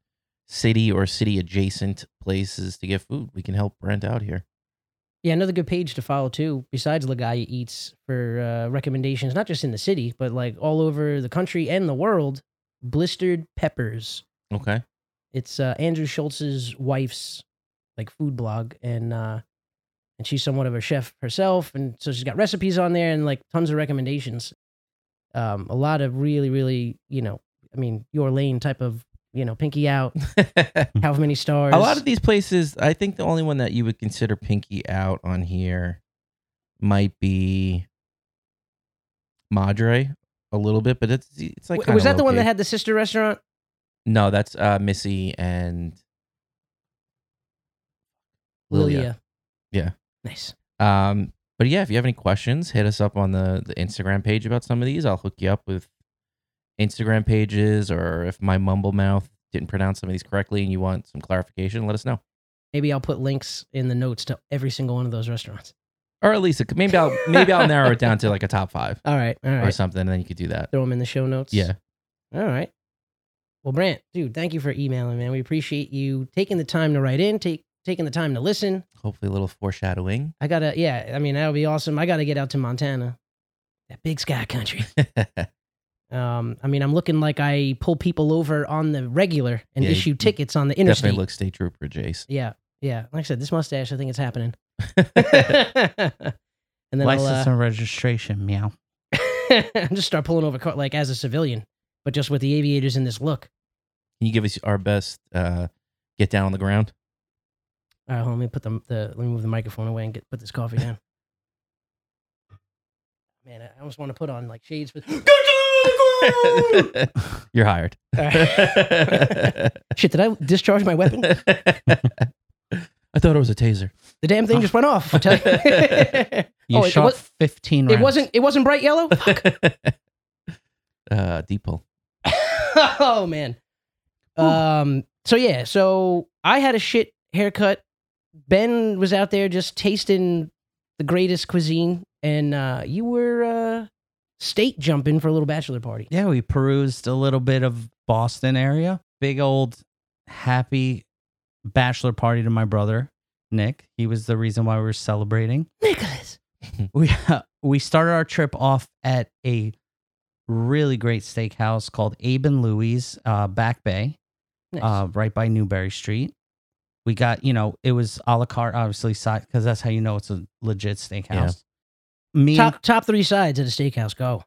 S5: city or city adjacent places to get food? We can help Brent out here.
S4: Yeah, another good page to follow too. Besides Lagaya Eats for uh, recommendations, not just in the city, but like all over the country and the world. Blistered peppers.
S5: Okay.
S4: It's uh, Andrew Schultz's wife's like food blog, and uh, and she's somewhat of a chef herself, and so she's got recipes on there and like tons of recommendations. Um, a lot of really, really, you know, I mean, your lane type of, you know, pinky out,
S5: a
S4: however many stars.
S5: lot of these places, I think the only one that you would consider pinky out on here might be Madre a little bit, but it's it's like
S4: W- was that
S5: kinda
S4: the one that
S5: low-key.
S4: had the sister restaurant?
S5: No, that's uh Missy and
S4: Lilia.
S5: Yeah.
S4: Nice.
S5: Um, but yeah, if you have any questions, hit us up on the the Instagram page about some of these. I'll hook you up with Instagram pages, or if my mumble mouth didn't pronounce some of these correctly and you want some clarification, let us know.
S4: Maybe I'll put links in the notes to every single one of those restaurants.
S5: Or at least it- maybe I'll maybe I'll narrow it down to like a top five
S4: All right. All
S5: or
S4: right.
S5: something, and then you could do that.
S4: Throw them in the show notes.
S5: Yeah,
S4: All right. Well, Brant, dude, thank you for emailing, man. We appreciate you taking the time to write in, take taking the time to listen.
S5: hopefully a little foreshadowing.
S4: I gotta, yeah. I mean, that'll be awesome. I gotta get out to Montana, that big sky country. Um, I mean, I'm looking like I pull people over on the regular and
S5: Yeah,
S4: issue
S5: you-
S4: tickets on the interstate.
S5: Definitely look state trooper, Jace.
S4: Yeah, yeah. Like I said, this mustache, I think it's happening. and then I'll, uh,
S6: license and registration. Meow.
S4: just start pulling over car like as a civilian, but just with the aviators in this look.
S5: Can you give us our best uh, get down on the ground?
S4: All right, hold on. Let me put the, the let me move the microphone away and get put this coffee down. Man, I almost want to put on like shades for
S5: You're hired.
S4: shit. Did I discharge my weapon?
S5: I thought it was a taser.
S4: The damn thing just went off. I tell you.
S6: You
S4: Oh, it
S6: shot
S4: wa-
S6: 15 rounds.
S4: it wasn't. It wasn't bright yellow.
S5: uh, Deeple.
S4: oh man. Um. So yeah. So I had a shit haircut. Ben was out there just tasting the greatest cuisine, and uh, you were uh, state jumping for a little bachelor party.
S6: Yeah, we perused a little bit of Boston area. Big old happy bachelor party to my brother, Nick. He was the reason why we were celebrating.
S4: Nicholas.
S6: We we started our trip off at a really great steakhouse called Abe and Louie's uh, Back Bay,
S4: Nice.
S6: uh, right by Newberry Street. We got, you know, it was a la carte, obviously, because that's how you know it's a legit steakhouse. Me, and-
S4: top top three sides at a steakhouse. Go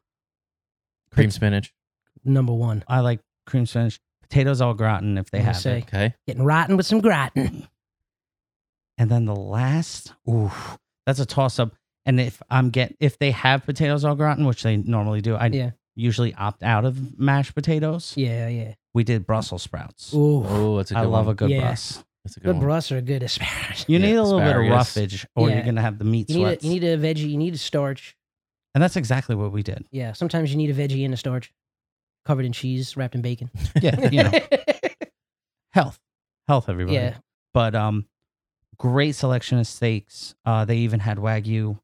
S5: Cream spinach.
S4: number one.
S6: I like cream spinach, potatoes au gratin if they
S4: I'm gonna
S6: have it.
S4: say.
S5: Okay.
S4: Getting rotten with some gratin.
S6: And then the last, ooh, that's a toss up. And if I'm get if they have potatoes au gratin, which they normally do, I
S4: Yeah.
S6: usually opt out of mashed potatoes.
S4: Yeah, yeah.
S6: We did Brussels sprouts.
S4: Ooh,
S5: Oh, that's a good
S6: I love
S5: one.
S6: a good
S4: Yeah.
S6: brus.
S5: That's a good
S4: good
S5: one.
S4: brus are good asparagus.
S6: You
S5: Yeah,
S6: need a little bit of
S5: asparagus.
S6: roughage, or
S4: Yeah.
S6: you're gonna have the meat
S4: You need,
S6: sweats.
S4: a, you need a veggie. You need a starch.
S6: and that's exactly what we did.
S4: Yeah, sometimes you need a veggie and a starch, covered in cheese, wrapped in bacon.
S6: Yeah, you know, health, health, everybody.
S4: yeah,
S6: But um, great selection of steaks. Uh, they even had wagyu,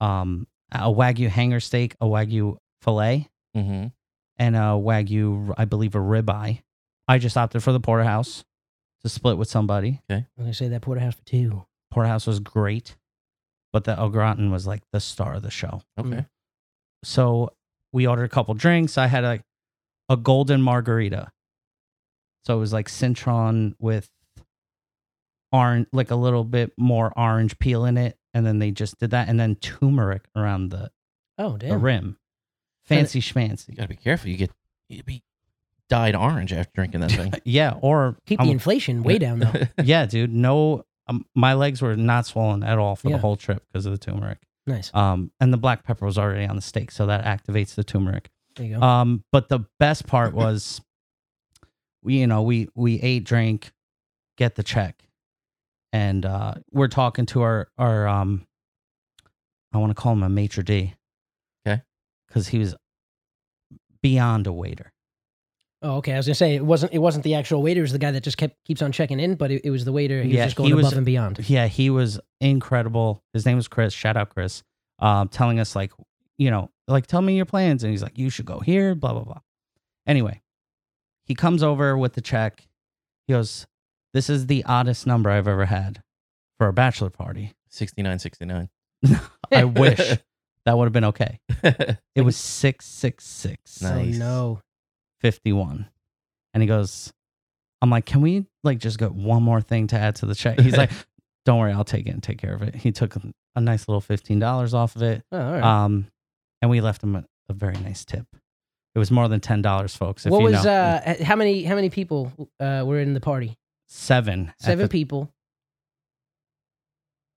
S6: um, a wagyu hanger steak, a wagyu fillet,
S5: hmm
S6: and a wagyu, I believe, a ribeye. I just opted for the porterhouse to split with somebody.
S4: I'm gonna say that porterhouse for two.
S6: Porterhouse was great, but the au gratin was like the star of the show.
S5: Okay.
S6: so we ordered a couple drinks. I had a a golden margarita. So it was like citron with orange, like a little bit more orange peel in it, and then they just did that, and then turmeric around the,
S4: Oh
S6: the
S4: damn!
S6: rim. Fancy schmancy.
S5: You gotta be careful. You get you be dyed orange after drinking that thing.
S6: Yeah, or
S4: Keep
S6: I'm-
S4: the inflation way down though.
S6: yeah, dude. No, um, my legs were not swollen at all for
S4: Yeah.
S6: the whole trip because of the turmeric.
S4: nice.
S6: Um, and the black pepper was already on the steak, so that activates the turmeric.
S4: There you go.
S6: Um, but the best part was, we you know we we ate, drank, get the check, and uh, we're talking to our our um, I want to call him a maitre d,
S5: Okay.
S6: because he was beyond a waiter.
S4: oh, okay. I was gonna say it wasn't. It wasn't the actual waiter. It was the guy that just kept keeps on checking in, but it, it was the waiter. He
S6: Yeah,
S4: was just
S6: he
S4: going
S6: was-
S4: above and beyond.
S6: Yeah, he was incredible. His name was Chris. Shout out Chris. Um, telling us like, you know, like tell me your plans, and he's like, you should go here, blah blah blah. Anyway, he comes over with the check. He goes, "This is the oddest number I've ever had for a bachelor party.
S5: Sixty nine, sixty nine.
S6: I wish that would have been okay. It was six six six
S5: Nice.
S4: Oh no.
S6: fifty one, and he goes, I'm like, can we like just get one more thing to add to the check? He's like, don't worry, I'll take it and take care of it. He took a nice little fifteen dollars off of it.
S4: Oh, all right.
S6: Um, and we left him a, a very nice tip. It was more than ten dollars, folks. If
S4: what
S6: you
S4: was
S6: know,
S4: uh? h- How many? How many people uh were in the party?
S6: seven, at
S4: Seven
S6: the-
S4: people.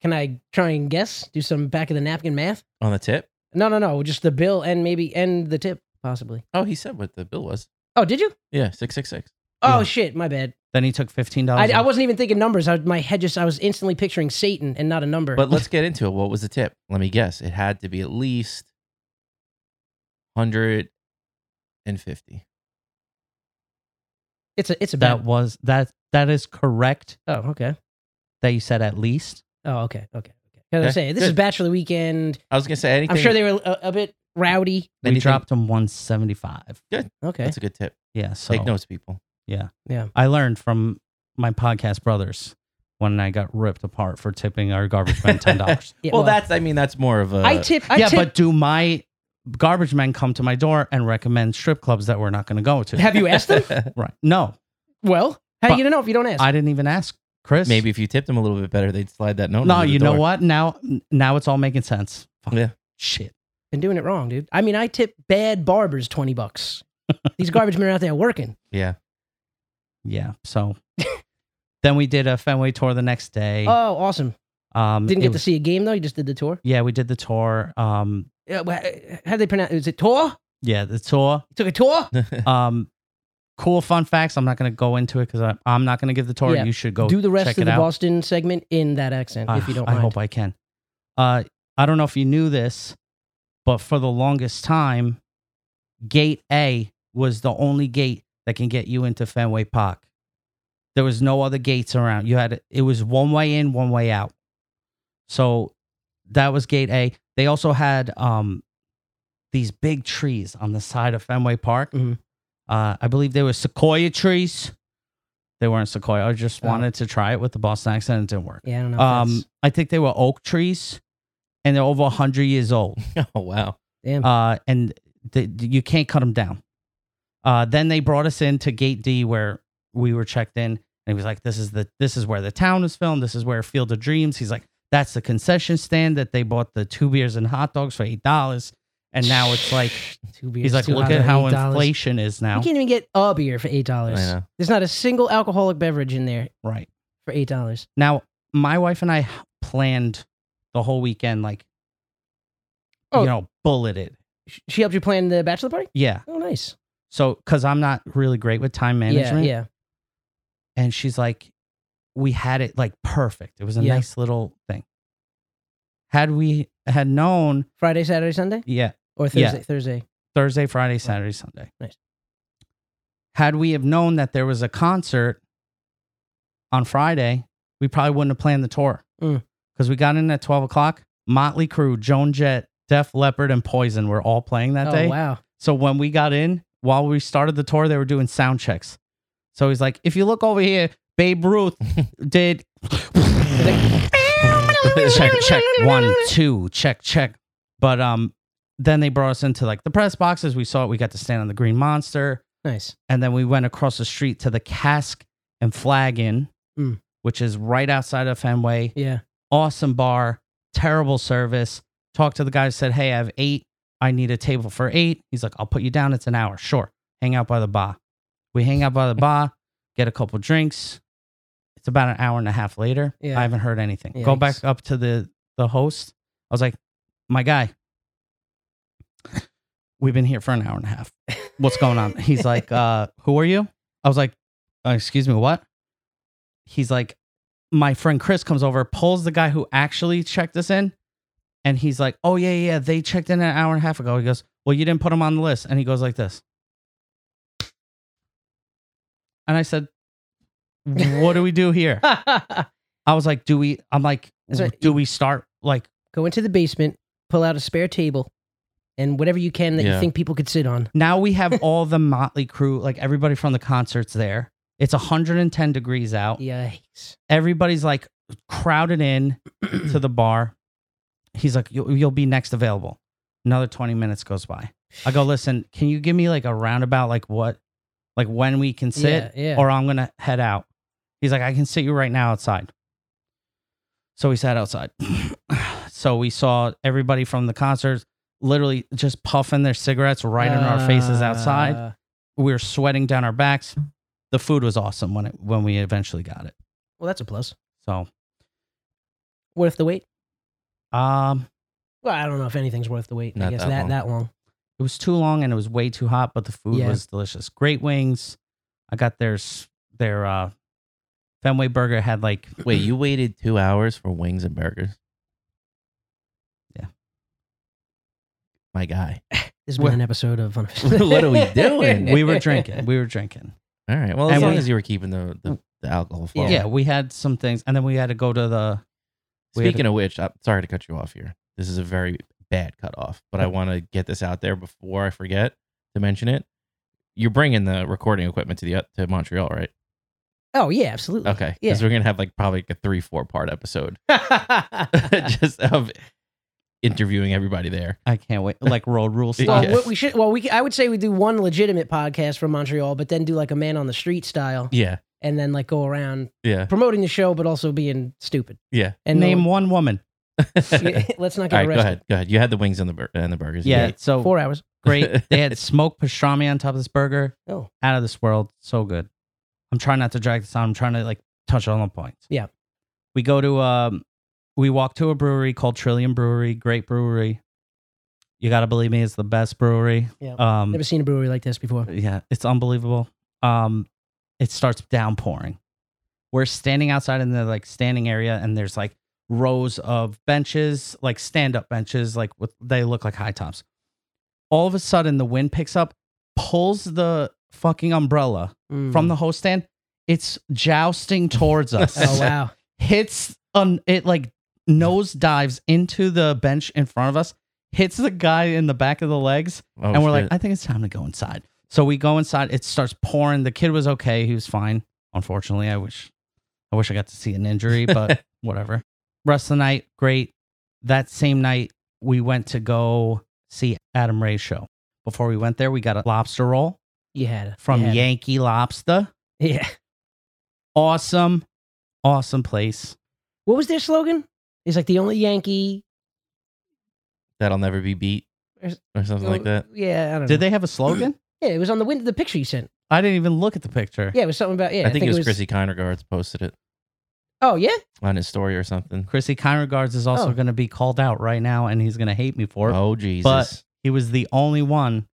S4: Can I try and guess? Do some back of the napkin math?
S5: On the tip?
S4: No, no, no. Just the bill and maybe and the tip possibly.
S5: Oh, he said what the bill was.
S4: Oh, did you?
S5: Yeah, six six six.
S4: Oh
S6: Yeah.
S4: shit, my bad.
S6: Then he took fifteen dollars.
S4: I, I wasn't even thinking numbers. I, my head just I was instantly picturing Satan and not a number.
S5: But let's get into it. What was the tip? Let me guess. It had to be at least hundred and fifty.
S4: it's a it's a
S6: That
S4: bet.
S6: was that. That is correct.
S4: Oh, okay.
S6: That you said at least.
S4: Oh, okay. Okay. Okay. Can I
S5: Okay,
S4: say this is
S5: good.
S4: Bachelor Weekend?
S5: I was gonna say anything.
S4: I'm sure they were a, a bit rowdy.
S6: We
S5: Anything-
S6: dropped him one seventy five.
S4: Okay.
S5: That's a good tip.
S6: Yeah. So
S5: Take notes, people.
S6: I learned from my podcast brothers when I got ripped apart for tipping our garbage man ten dollars.
S4: Yeah,
S5: well, that's. I mean, that's more of a.
S4: I tip. I
S6: yeah,
S4: tip.
S6: but do my garbage men come to my door and recommend strip clubs that we're not going to go to?
S4: have you asked them?
S6: right? No,
S4: Well, how
S6: But-
S4: do you know if you don't ask?
S6: I didn't even ask Chris.
S5: Maybe if you tipped them a little bit better, they'd slide that note.
S6: No,
S5: under the
S6: you know
S5: door.
S6: what? Now, now it's all making sense. Fuck.
S5: Yeah.
S6: Shit.
S4: Been doing it wrong, dude. I mean, I tip bad barbers twenty bucks. These garbage men are out there working.
S5: Yeah.
S6: Yeah. So Then we did a Fenway tour the next day.
S4: Oh, awesome.
S6: um,
S4: Didn't get
S6: it
S4: to
S6: was-
S4: see a game though. You just did the tour.
S6: Yeah, we did the tour. Um,
S4: Yeah, wha- how do they pronounce? Is it tour?
S6: yeah, the tour.
S4: You took a tour.
S6: Um, cool fun facts. I'm not going to go into it because I'm not going to give the tour.
S4: Yeah.
S6: You should go
S4: Do the rest
S6: Oh, check
S4: of
S6: it
S4: the
S6: out.
S4: Boston segment in that accent, if
S6: Ah,
S4: you don't
S6: I
S4: mind.
S6: hope I can. Uh, I don't know if you knew this, but for the longest time, Gate A was the only gate that can get you into Fenway Park. There was no other gates around. You had it was one way in, one way out. So that was Gate A. They also had um these big trees on the side of Fenway Park.
S4: Mhm.
S6: Uh, I believe they were sequoia trees. They weren't sequoia. I just
S4: Oh.
S6: wanted to try it with the Boston accent. It didn't work.
S4: yeah, I don't know. if
S6: Um,
S4: that's-
S6: I think they were oak trees, and they're over hundred years old.
S5: oh wow.
S4: damn.
S6: Uh, and the, you can't cut them down. Uh, then they brought us into Gate D where we were checked in, and he was like, "This is the this is where the town is filmed. This is where Field of Dreams." He's like, "That's the concession stand that they bought the two beers and hot dogs for eight dollars." And now it's like
S4: Two beers,
S6: he's like,
S4: two
S6: "Look
S4: hot
S6: at
S4: dogs,
S6: how
S4: $8.
S6: inflation is now."
S4: You can't even get a beer for eight
S5: I
S4: dollars.
S5: know.
S4: There's not a single alcoholic beverage in there
S6: Right.
S4: for eight dollars.
S6: Now, my wife and I planned the whole weekend, like,
S4: Oh.
S6: you know, bulleted.
S4: She helped you plan the bachelor party.
S6: Yeah.
S4: Oh, nice.
S6: So, because I'm not really great with time management.
S4: Yeah,
S6: And she's like, we had it like perfect. It was a
S4: Yeah.
S6: nice little thing. Had we had known,
S4: Friday, Saturday, Sunday,
S6: yeah,
S4: or
S6: Yeah.
S4: Thursday. Thursday.
S6: Thursday, Friday, Saturday, Sunday.
S4: Nice.
S6: Had we have known that there was a concert on Friday, we probably wouldn't have planned the tour
S4: Mm.
S6: because we got in at twelve o'clock. Motley Crue, Joan Jett, Def Leppard, and Poison were all playing that
S4: oh
S6: day.
S4: wow.
S6: So when we got in, while we started the tour, they were doing sound checks. So he's like, "If you look over here, Babe Ruth did check check one two check check but um then they brought us into like the press boxes we saw it we got to stand on the green monster
S4: Nice.
S6: and then we went across the street to the cask and flag inn
S4: Mm.
S6: which is right outside of fenway
S4: Yeah.
S6: awesome bar terrible service talked to the guy said hey i have eight i need a table for eight he's like i'll put you down it's an hour sure hang out by the bar we hang out by the bar get a couple drinks it's about an hour and a half later
S4: Yeah.
S6: i haven't heard anything go
S4: Yikes.
S6: back up to the the host i was like my guy we've been here for an hour and a half what's going on he's like uh who are you i was like uh, excuse me what he's like my friend Chris comes over, pulls the guy who actually checked us in, and he's like, "Oh yeah, yeah, they checked in an hour and a half ago." He goes, "Well, you didn't put him on the list," and he goes like this, and I said, "What do we do here?" I was like, "Do we?" I'm like,
S4: That's right.
S6: "Do we start like?"
S4: Go into the basement, pull out a spare table, and whatever you can that you
S5: Yeah.
S4: think people could sit on.
S6: Now we have all the motley crew, like everybody from the concerts there. It's 110 degrees out.
S4: Yikes.
S6: everybody's like crowded in to the bar. He's like, you'll, you'll be next available. Another 20 minutes goes by. I go, listen, can you give me like a roundabout, like what, like when we can sit
S4: Yeah, yeah.
S6: or I'm going to head out? He's like, I can sit you right now outside. So we sat outside. so we saw everybody from the concerts literally just puffing their cigarettes right in our faces outside
S4: Uh,
S6: we were sweating down our backs. The food was awesome when it when we eventually got it.
S4: well, that's a plus.
S6: So,
S4: Worth the wait.
S6: um,
S4: Well, I don't know if anything's worth the wait. I
S5: Not
S4: guess
S5: that
S4: that
S5: long.
S4: that long.
S6: it was too long and it was way too hot, but the food
S4: Yeah.
S6: was delicious. Great wings. I got their s- their uh, Fenway burger had like
S5: Wait, you waited two hours for wings and burgers?
S6: Yeah.
S5: My guy.
S4: This has been
S6: What-
S4: an episode of
S5: What are we doing?
S6: we were drinking, we were drinking.
S5: All right. Well, as
S6: And
S5: long
S6: we- Mm.
S5: as you were keeping the, the, the alcohol
S4: Yeah.
S5: flowing.
S6: Yeah, we had some things, and then we had to go to the we had
S5: Speaking of which, I'm sorry to cut you off here. This is a very bad cutoff, but I want to get this out there before I forget to mention it. You're bringing the recording equipment to the uh, to Montreal, right?
S4: Oh yeah, absolutely.
S5: Okay,
S4: Yeah.
S5: because we're gonna have like probably like a three four part episode
S4: well,
S5: just of interviewing everybody there.
S6: I can't wait, like road rules.
S5: Yeah.
S6: Stuff.
S4: we, we should. Well, we I would say we do one legitimate podcast from Montreal, but then do like a man on the street style,
S5: Yeah,
S4: and then like go around
S5: yeah,
S4: promoting the show, but also being stupid.
S5: yeah.
S4: And
S6: Name one woman.
S5: All right,
S4: let's not
S5: go
S4: get arrested.
S5: ahead, go ahead. You had the wings and the bur- and the burgers. You
S6: Yeah,
S5: did.
S6: so
S4: Four hours.
S6: great. They had smoked pastrami on top of this burger.
S4: Oh.
S6: out of this world. So good. I'm trying not to drag this on. I'm trying to like touch on the points.
S4: Yeah.
S6: We go to um we walk to a brewery called Trillium Brewery, great brewery. You gotta believe me, it's the best brewery.
S4: Yeah.
S6: Um
S4: Never seen a brewery like this before.
S6: yeah, it's unbelievable. Um, it starts downpouring. We're standing outside in the like standing area, and there's like rows of benches, like stand up benches, like with they look like high tops. All of a sudden, the wind picks up, pulls the fucking umbrella
S4: Mm.
S6: from the host stand. It's jousting towards us.
S4: Hmm. Oh wow.
S6: Hits on it like nose dives into the bench in front of us. Hits the guy in the back of the legs,
S5: Oh,
S6: and we're
S5: shit.
S6: like, I think it's time to go inside. So we go inside. It starts pouring. The kid was okay. He was fine. Unfortunately, I wish, I wish I got to see an injury, but whatever. Rest of the night, great. That same night, we went to go see Adam Ray's show. Before we went there, we got a lobster roll
S4: You had it.
S6: from
S4: You had it.
S6: Yankee Lobster.
S4: Yeah.
S6: Awesome, awesome place.
S4: What was their slogan? It's like the only Yankee.
S5: That'll never be beat
S4: Or-
S5: or something
S4: Oh,
S5: like that.
S4: Yeah, I don't
S6: Did
S4: know.
S6: they have a slogan?
S4: Yeah, it was on the window. The picture you sent.
S6: I didn't even look at the picture.
S4: Yeah, it was something about. Yeah,
S5: I, think it was, Chrissy Kinergards posted it
S4: Oh yeah.
S5: on his story or something.
S6: Chrissy Kinergards is also
S4: Oh.
S6: going to be called out right now, and he's going to hate me for it.
S5: Oh Jesus!
S6: but- he was the only one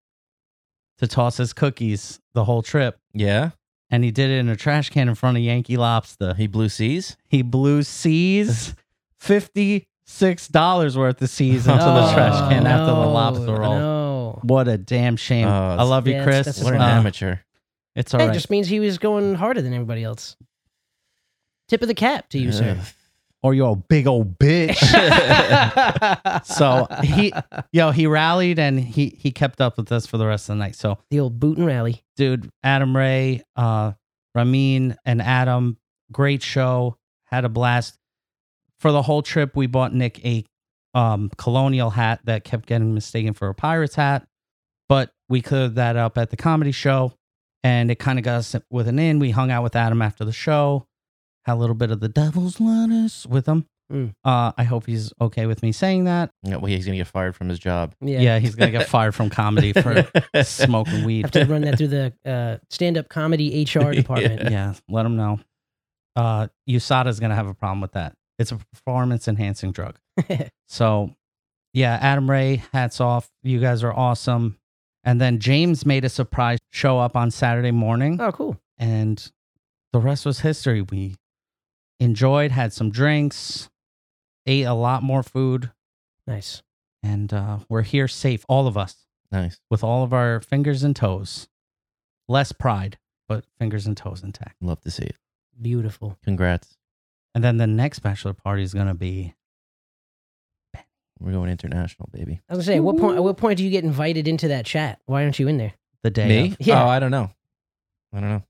S6: to toss his cookies the whole trip
S5: yeah,
S6: and he did it in a trash can in front of yankee lobster
S5: he blew seas.
S6: he blew seas $56 worth of seas into the trash can
S4: Oh, No,
S6: after the lobster roll
S4: No.
S6: what a damn shame
S5: Oh,
S6: i love you
S4: Yeah,
S6: chris
S4: that's- that's
S5: What an
S4: Uh,
S5: amateur!
S6: it's all
S4: That
S6: right
S4: just means he was going harder than everybody else. Tip of the cap to you, sir.
S5: Ugh.
S6: or oh, you're a big old bitch so he yo he rallied and he he kept up with us for the rest of the night so
S4: The old boot and rally.
S6: dude, Adam Ray, uh, Ramin, and Adam, great show. Had a blast. For the whole trip, we bought Nick a um, colonial hat that kept getting mistaken for a pirate's hat, but we cleared that up at the comedy show, and it kind of got us with an in. We hung out with Adam after the show, had a little bit of the devil's lettuce with him.
S4: Mm.
S6: Uh, I hope he's okay with me saying that.
S5: Yeah, well, he's gonna get fired from his job
S4: Yeah.
S6: Yeah, he's gonna get fired from comedy for smoking weed.
S4: Have to run that through the uh, stand-up comedy HR department.
S6: yeah, let them know. Uh, USADA's going to have a problem with that. It's a performance enhancing drug. so, yeah, Adam Ray, hats off. You guys are awesome. And then James made a surprise show up on Saturday morning,
S4: Oh, cool.
S6: and the rest was history. We enjoyed, had some drinks, ate a lot more food,
S4: Nice.
S6: and uh, we're here safe, all of us,
S5: nice.
S6: with all of our fingers and toes. Less pride, but fingers and toes intact.
S5: Love to see it.
S4: Beautiful.
S5: Congrats.
S6: And then the next bachelor party is going to be
S5: We're going international, baby.
S4: I was gonna say, at what point? At what point do you get invited into that chat? Why aren't you in there?
S6: the day.
S5: Me?
S6: of.
S4: Yeah.
S5: Oh, I don't know. I don't know.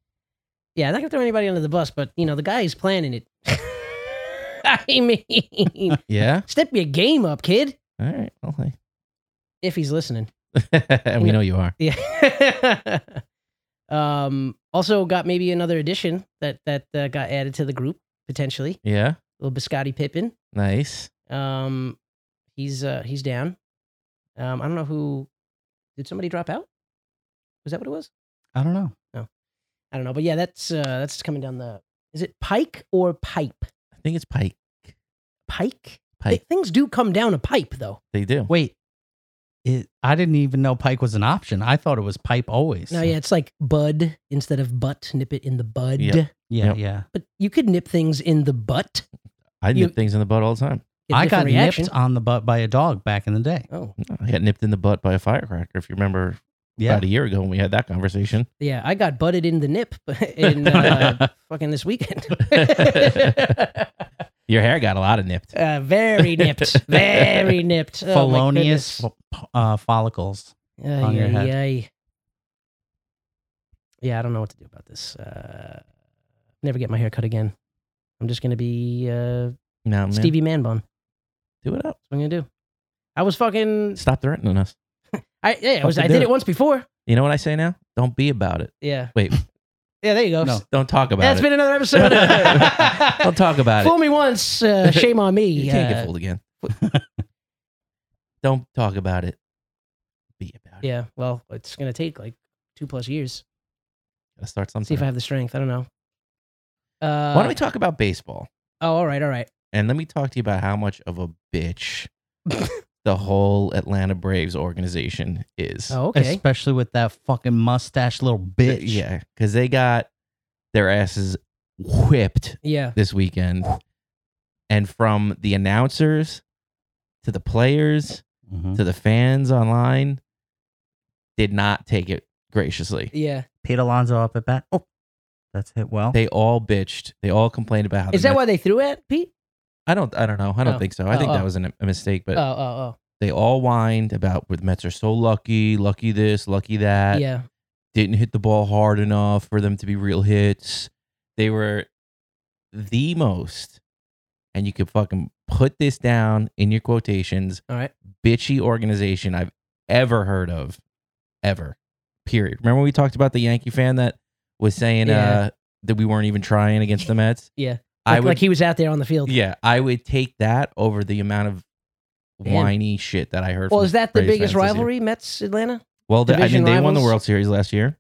S4: Yeah, I'm not gonna throw anybody under the bus, but you know the guy is planning it. I mean,
S5: Yeah.
S4: step your game up, kid.
S5: All right. Well, hey.
S4: If he's listening.
S5: we know you are.
S4: Yeah. um. Also, got maybe another addition that that uh, got added to the group potentially.
S5: Yeah.
S4: little Biscotti Pippin.
S5: Nice.
S4: Um, he's uh he's down. Um, I don't know who. Did somebody drop out? Was that what it was?
S6: I don't know.
S4: I don't know, but yeah, that's uh that's coming down the. Is it Pike or Pipe?
S5: I think it's Pike.
S4: Pike. Th-
S5: Pike.
S4: things do come down a pipe though.
S5: They do.
S6: Wait. It, I didn't even know Pike was an option. I thought it was pipe always.
S4: No, yeah, it's like bud instead of butt. Nip it in the bud.
S5: Yep.
S6: Yeah.
S5: Yep.
S6: yeah.
S4: But you could nip things in the butt.
S5: I nip
S4: You-
S5: things in the butt all the time.
S4: Get a
S6: I
S4: different
S6: got
S4: reaction.
S6: nipped on the butt by a dog back in the day.
S4: Oh
S5: I got nipped in the butt by a firecracker. If you remember
S6: Yeah.
S5: about a year ago when we had that conversation.
S4: yeah, I got butted in the nip in uh, fucking this weekend.
S5: Your hair got a lot of nipped.
S4: Uh, very nipped, very nipped. Oh, my
S6: Felonious
S4: goodness.
S6: fo- uh, follicles.
S4: Ay,
S6: on your
S4: ay,
S6: head.
S4: ay. Yeah, I don't know what to do about this. Uh, never get my hair cut again. I'm just gonna be uh,
S5: No, man.
S4: Stevie Man Bun. That's
S5: do it up.
S4: what I'm gonna do. I was fucking.
S5: Stop threatening us.
S4: I yeah, I was. I
S5: Fucking
S4: did
S5: do
S4: it
S5: it.
S4: once before.
S5: You know what I say now? Don't be about it.
S4: Yeah.
S5: Wait.
S4: Yeah. There you go.
S6: No.
S5: Don't talk about
S4: That's
S5: it.
S4: been another episode.
S5: Don't talk about
S4: Fool
S5: it.
S4: me once, uh, shame on me.
S5: You can't
S4: Uh,
S5: get fooled again. Don't talk about it. Be about it.
S4: Yeah. Well, it's gonna take like two plus years.
S5: Gotta start
S4: See
S5: something.
S4: if I have the strength. I don't know. Uh,
S5: Why don't we talk about baseball?
S4: Oh, all right, all right.
S5: And let me talk to you about how much of a bitch the whole Atlanta Braves organization is.
S4: Oh, okay.
S6: Especially with that fucking mustache little bitch.
S5: Yeah, because they got their asses whipped
S4: Yeah.
S5: this weekend. And from the announcers to the players
S6: Mhm.
S5: to the fans online, did not take it graciously.
S4: Yeah.
S6: Pete Alonso up at bat. Oh, that's hit well.
S5: They all bitched. They all complained about how.
S4: Is
S5: the
S4: that
S5: Mets-
S4: why they threw it, Pete?
S5: I don't. I don't know. I don't
S4: Oh.
S5: think so. I
S4: Oh,
S5: think
S4: oh.
S5: that was an, a mistake. But
S4: oh, oh,
S5: they all whined about where the Mets are so lucky, lucky this, lucky
S4: oh.
S5: that.
S4: Yeah.
S5: Didn't hit the ball hard enough for them to be real hits. They were the most, and you could fucking put this down in your quotations.
S4: All right.
S5: bitchy organization I've ever heard of, ever. Period. Remember we talked about the Yankee fan that was saying
S4: Yeah.
S5: uh, that we weren't even trying against the Mets.
S4: Yeah. Like,
S5: I would.
S4: like he was out there on the field.
S5: yeah, I would take that over the amount of
S4: Damn.
S5: whiny shit that I heard.
S4: Well,
S5: from
S4: is that the
S5: Braves
S4: biggest
S5: fans this year.
S4: rivalry, Mets Atlanta?
S5: Well, the, I mean,
S4: division
S5: they won the
S4: rivals?
S5: World Series last year.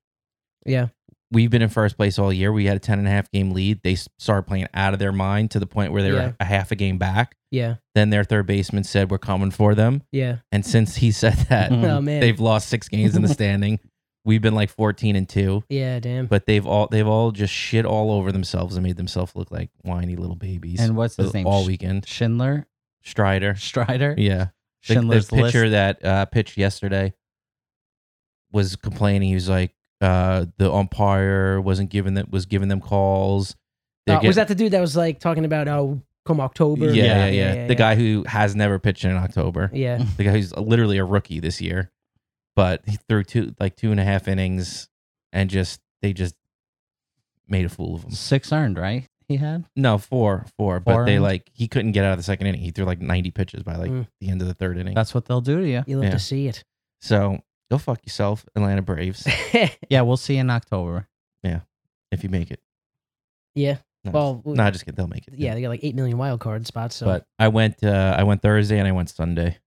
S4: Yeah.
S5: We've been in first place all year. We had a 10 and a half game lead. They s- started playing out of their mind to the point where they
S4: Yeah.
S5: were a half a game back.
S4: Yeah.
S5: Then their third baseman said, We're coming for them.
S4: Yeah.
S5: And since he said that,
S6: Mhm.
S4: Oh man.
S5: Mm-hmm. They've lost six games in the standing. We've been like fourteen and two,
S4: yeah. Damn.
S5: but they've all they've all just shit all over themselves and made themselves look like whiny little babies.
S6: and what's his name?
S5: all
S6: Sh-
S5: weekend.
S6: Schindler?
S5: Strider,
S6: Strider?
S5: yeah. The, the
S6: Schindler's
S5: pitcher
S6: List.
S5: that uh, pitched yesterday was complaining. He was like, uh, the umpire wasn't giving them was giving them calls. They're
S4: Uh,
S5: getting-
S4: was that the dude that was like talking about oh come October?
S5: yeah, yeah, yeah,
S4: yeah,
S5: The guy Mm-hmm. who has never pitched in October.
S4: Yeah.
S5: the guy who's literally a rookie this year, but he threw two like two and a half innings and just they just made a fool of him.
S6: Six earned, right? He had?
S5: No, four, four, but
S6: Four
S5: they
S6: innings?
S5: like he couldn't get out of the second inning. He threw like ninety pitches by like
S4: Mm.
S5: the end of the third inning.
S6: That's what they'll do to you.
S4: You love
S5: Yeah.
S4: to see it.
S5: so go fuck yourself, Atlanta Braves,
S6: Yeah, we'll see in October.
S5: if you make it.
S4: yeah.
S5: No,
S4: Well,
S5: no,
S4: we-
S5: nah, just kidding. They'll make it.
S4: Yeah. They got like eight million wild card spots. So
S5: But I went, uh, I went Thursday and I went Sunday.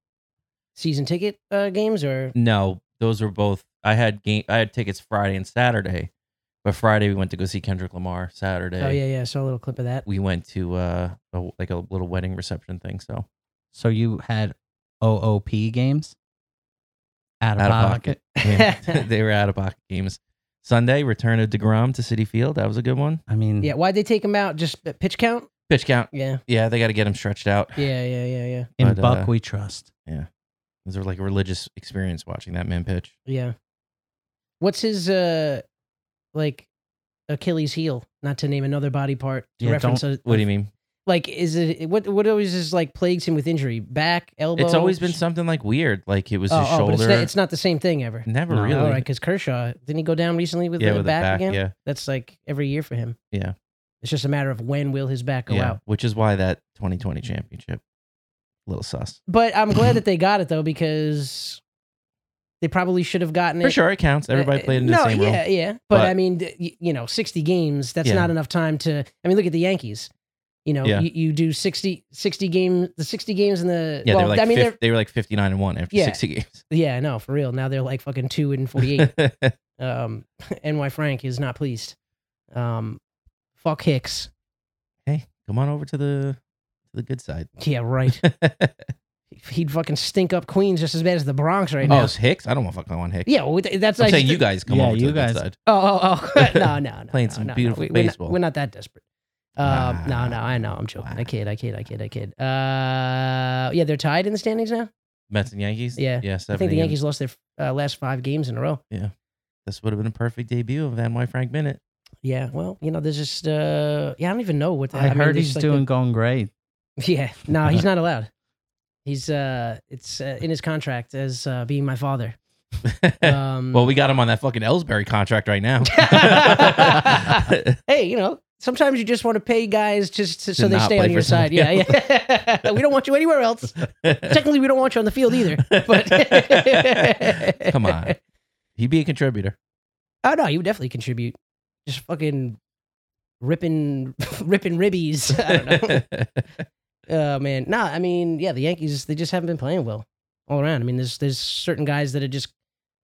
S4: season ticket uh, games or
S5: No, those were both. I had game. I had tickets Friday and Saturday, but Friday we went to go see Kendrick Lamar. Saturday,
S4: oh yeah yeah I saw a little clip of that.
S5: we went to uh a, like a little wedding reception thing. So
S6: So you had OOP games? Out of, pocket.
S5: Yeah. they were out of pocket games. Sunday, return of Degrom to City Field. That was a good one.
S6: I mean,
S5: Hmm.
S4: Yeah. Why'd they take him out? Just at pitch count?
S5: Pitch count.
S4: Yeah.
S5: Yeah, they got to get him stretched out.
S4: Yeah. Yeah. Yeah. Yeah.
S6: in
S5: but,
S6: Buck
S5: uh,
S6: we trust.
S5: It was like a religious experience watching that man pitch.
S4: Yeah. What's his uh like Achilles heel? Not to name another body part to
S6: Yeah,
S4: reference a,
S5: What do you mean?
S4: like is it what what always is like plagues him with injury? Back, elbow.
S5: It's always been something like weird. Like it was
S4: Oh,
S5: his
S4: oh, but it's,
S5: shoulder.
S4: not, it's not the same thing ever.
S5: Never
S6: No.
S5: really.
S4: All right, because Kershaw didn't he go down recently with
S5: yeah,
S4: the
S5: with
S4: back,
S5: the back.
S4: again?
S5: Yeah,
S4: That's like every year for him.
S5: Yeah.
S4: It's just a matter of when will his back go
S5: yeah.
S4: out.
S5: Which is why that 2020 championship, little sus.
S4: But I'm glad that they got it though because they probably should have gotten it.
S5: For sure, it counts. Everybody
S4: Uh,
S5: played in the
S4: no,
S5: same
S4: yeah,
S5: role.
S4: yeah. But,
S5: But-
S4: I mean, th- y- you know, 60 games, that's
S5: Yeah.
S4: not enough time to. I mean, look at the Yankees. You know,
S5: Yeah.
S4: you, you do 60, 60 games, the 60 games in the.
S5: Yeah,
S4: well,
S5: they were like
S4: I mean,
S5: fif- they were like 59 and one after
S4: Yeah.
S5: 60 games.
S4: they're. Yeah, no, for real. Now they're like fucking 2 and 48. um, NY Frank is not pleased. Um, fuck Hicks.
S5: hey, come on over to the to the good side.
S4: Yeah, right. He'd fucking stink up Queens just as bad as the Bronx right
S5: Oh,
S4: now.
S5: it's Hicks? I don't want to fucking on Hicks.
S4: Yeah, well, th- that's
S5: I'm
S4: like.
S5: saying you guys come
S6: Yeah,
S5: over to
S6: you
S5: the
S6: guys.
S5: good side.
S4: Oh, oh, oh. no, no, no.
S5: Playing
S4: no,
S5: some
S4: no, no.
S5: beautiful
S4: We- we're not-
S5: baseball.
S4: We're not that desperate. Um, no, no, I know. I'm joking.
S5: Wow.
S4: I kid, I kid, I kid, I kid. Uh, yeah, they're tied in the standings now.
S5: Mets and Yankees?
S4: Yeah.
S5: Yeah,
S4: I think
S5: 70.
S4: the Yankees lost their uh, last five games in a row.
S5: This would have been a perfect debut of NY Frank Bennett.
S4: Yeah, well, you know, there's just, uh, yeah, I don't even know what the,
S6: I,
S4: mean,
S6: heard
S4: there's
S6: he's
S4: like
S6: doing going great.
S4: the- yeah, no,
S5: Uh-huh.
S4: he's not allowed. He's, uh, it's uh, in his contract as uh, being my father. Um,
S5: well, we got him on that fucking Ellsbury contract right now.
S4: hey, you know, sometimes you just want to pay guys just to, so
S5: To
S4: they
S5: not
S4: stay
S5: play
S4: on your
S5: for
S4: side.
S5: somebody
S4: Yeah, yeah. we don't want you anywhere else. Technically, we don't want you on the field either. But
S5: Come on. He'd be a contributor.
S4: Oh no, you would definitely contribute. Just fucking ripping, ripping ribbies. I don't know. oh man, nah. I mean, yeah, the Yankees they just haven't been playing well all around. I mean, there's there's certain guys that are just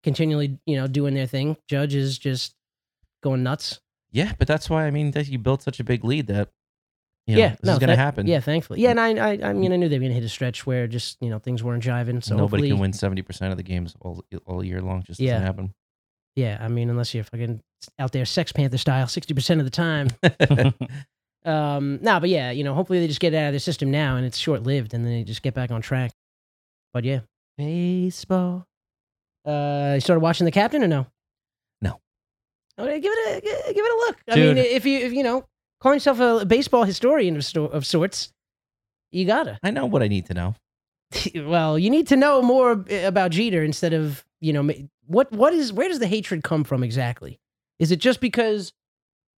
S4: continually you know doing their thing. Judge is just going nuts.
S5: Yeah, but that's why I mean that you built such a big lead that you know,
S4: Yeah,
S5: this
S4: no,
S5: is going to
S4: that-
S5: happen. Mm.
S4: Yeah, thankfully. Yeah, and I, I, I mean, I knew they were gonna hit a stretch where just you know things weren't jiving. So
S5: nobody
S4: hopefully-
S5: can win seventy percent of the games all all year long. Just
S4: Yeah.
S5: doesn't happen.
S4: Yeah, I mean, unless you're fucking out there Sex Panther style, sixty percent of the time. Um, no, but yeah, you know, hopefully they just get it out of their system now, and it's short lived, and then they just get back on track. But yeah, baseball. Uh, you started watching the captain or no?
S5: No.
S4: Okay, give it a gi- give it a look. I
S6: Dude.
S4: mean, if you if you know call yourself a baseball historian of, sto- of sorts, you gotta.
S5: I know what I need to know.
S4: well, you need to know more ab- about Jeter instead of you know ma- what what is where does the hatred come from exactly? Is it just because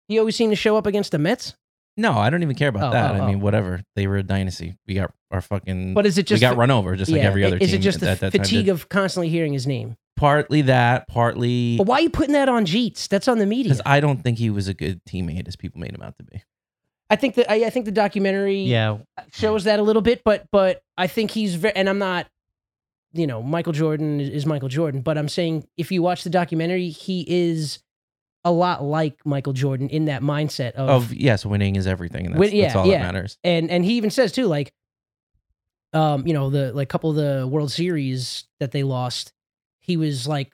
S4: he always seemed to show up against the Mets?
S5: No, I don't even care about
S4: Oh,
S5: that.
S4: oh,
S5: I mean,
S4: oh.
S5: whatever. They were a dynasty. We got our fucking.
S4: But is it
S5: Mm. we
S4: just
S5: got
S4: the-
S5: run over just like
S4: Yeah,
S5: every other
S4: Is
S5: team.
S4: it just the
S5: at that time
S4: fatigue
S5: did.
S4: of constantly hearing his name?
S5: partly that, partly
S4: But why are you putting that on Jeets? That's on the media.
S5: because I don't think he was a good teammate as people made him out to be.
S4: I think that I, I think the documentary
S6: Yeah.
S4: shows that a little bit, but but I think he's very, and I'm not, you know, Michael Jordan is- is Michael Jordan, but I'm saying if you watch the documentary, he is a lot like Michael Jordan in that mindset of,
S5: Of yes, winning is everything, and that's,
S4: Win- yeah,
S5: that's all
S4: yeah.
S5: that matters.
S4: and and he even says too like, um, you know, the like couple of the World Series that they lost, he was like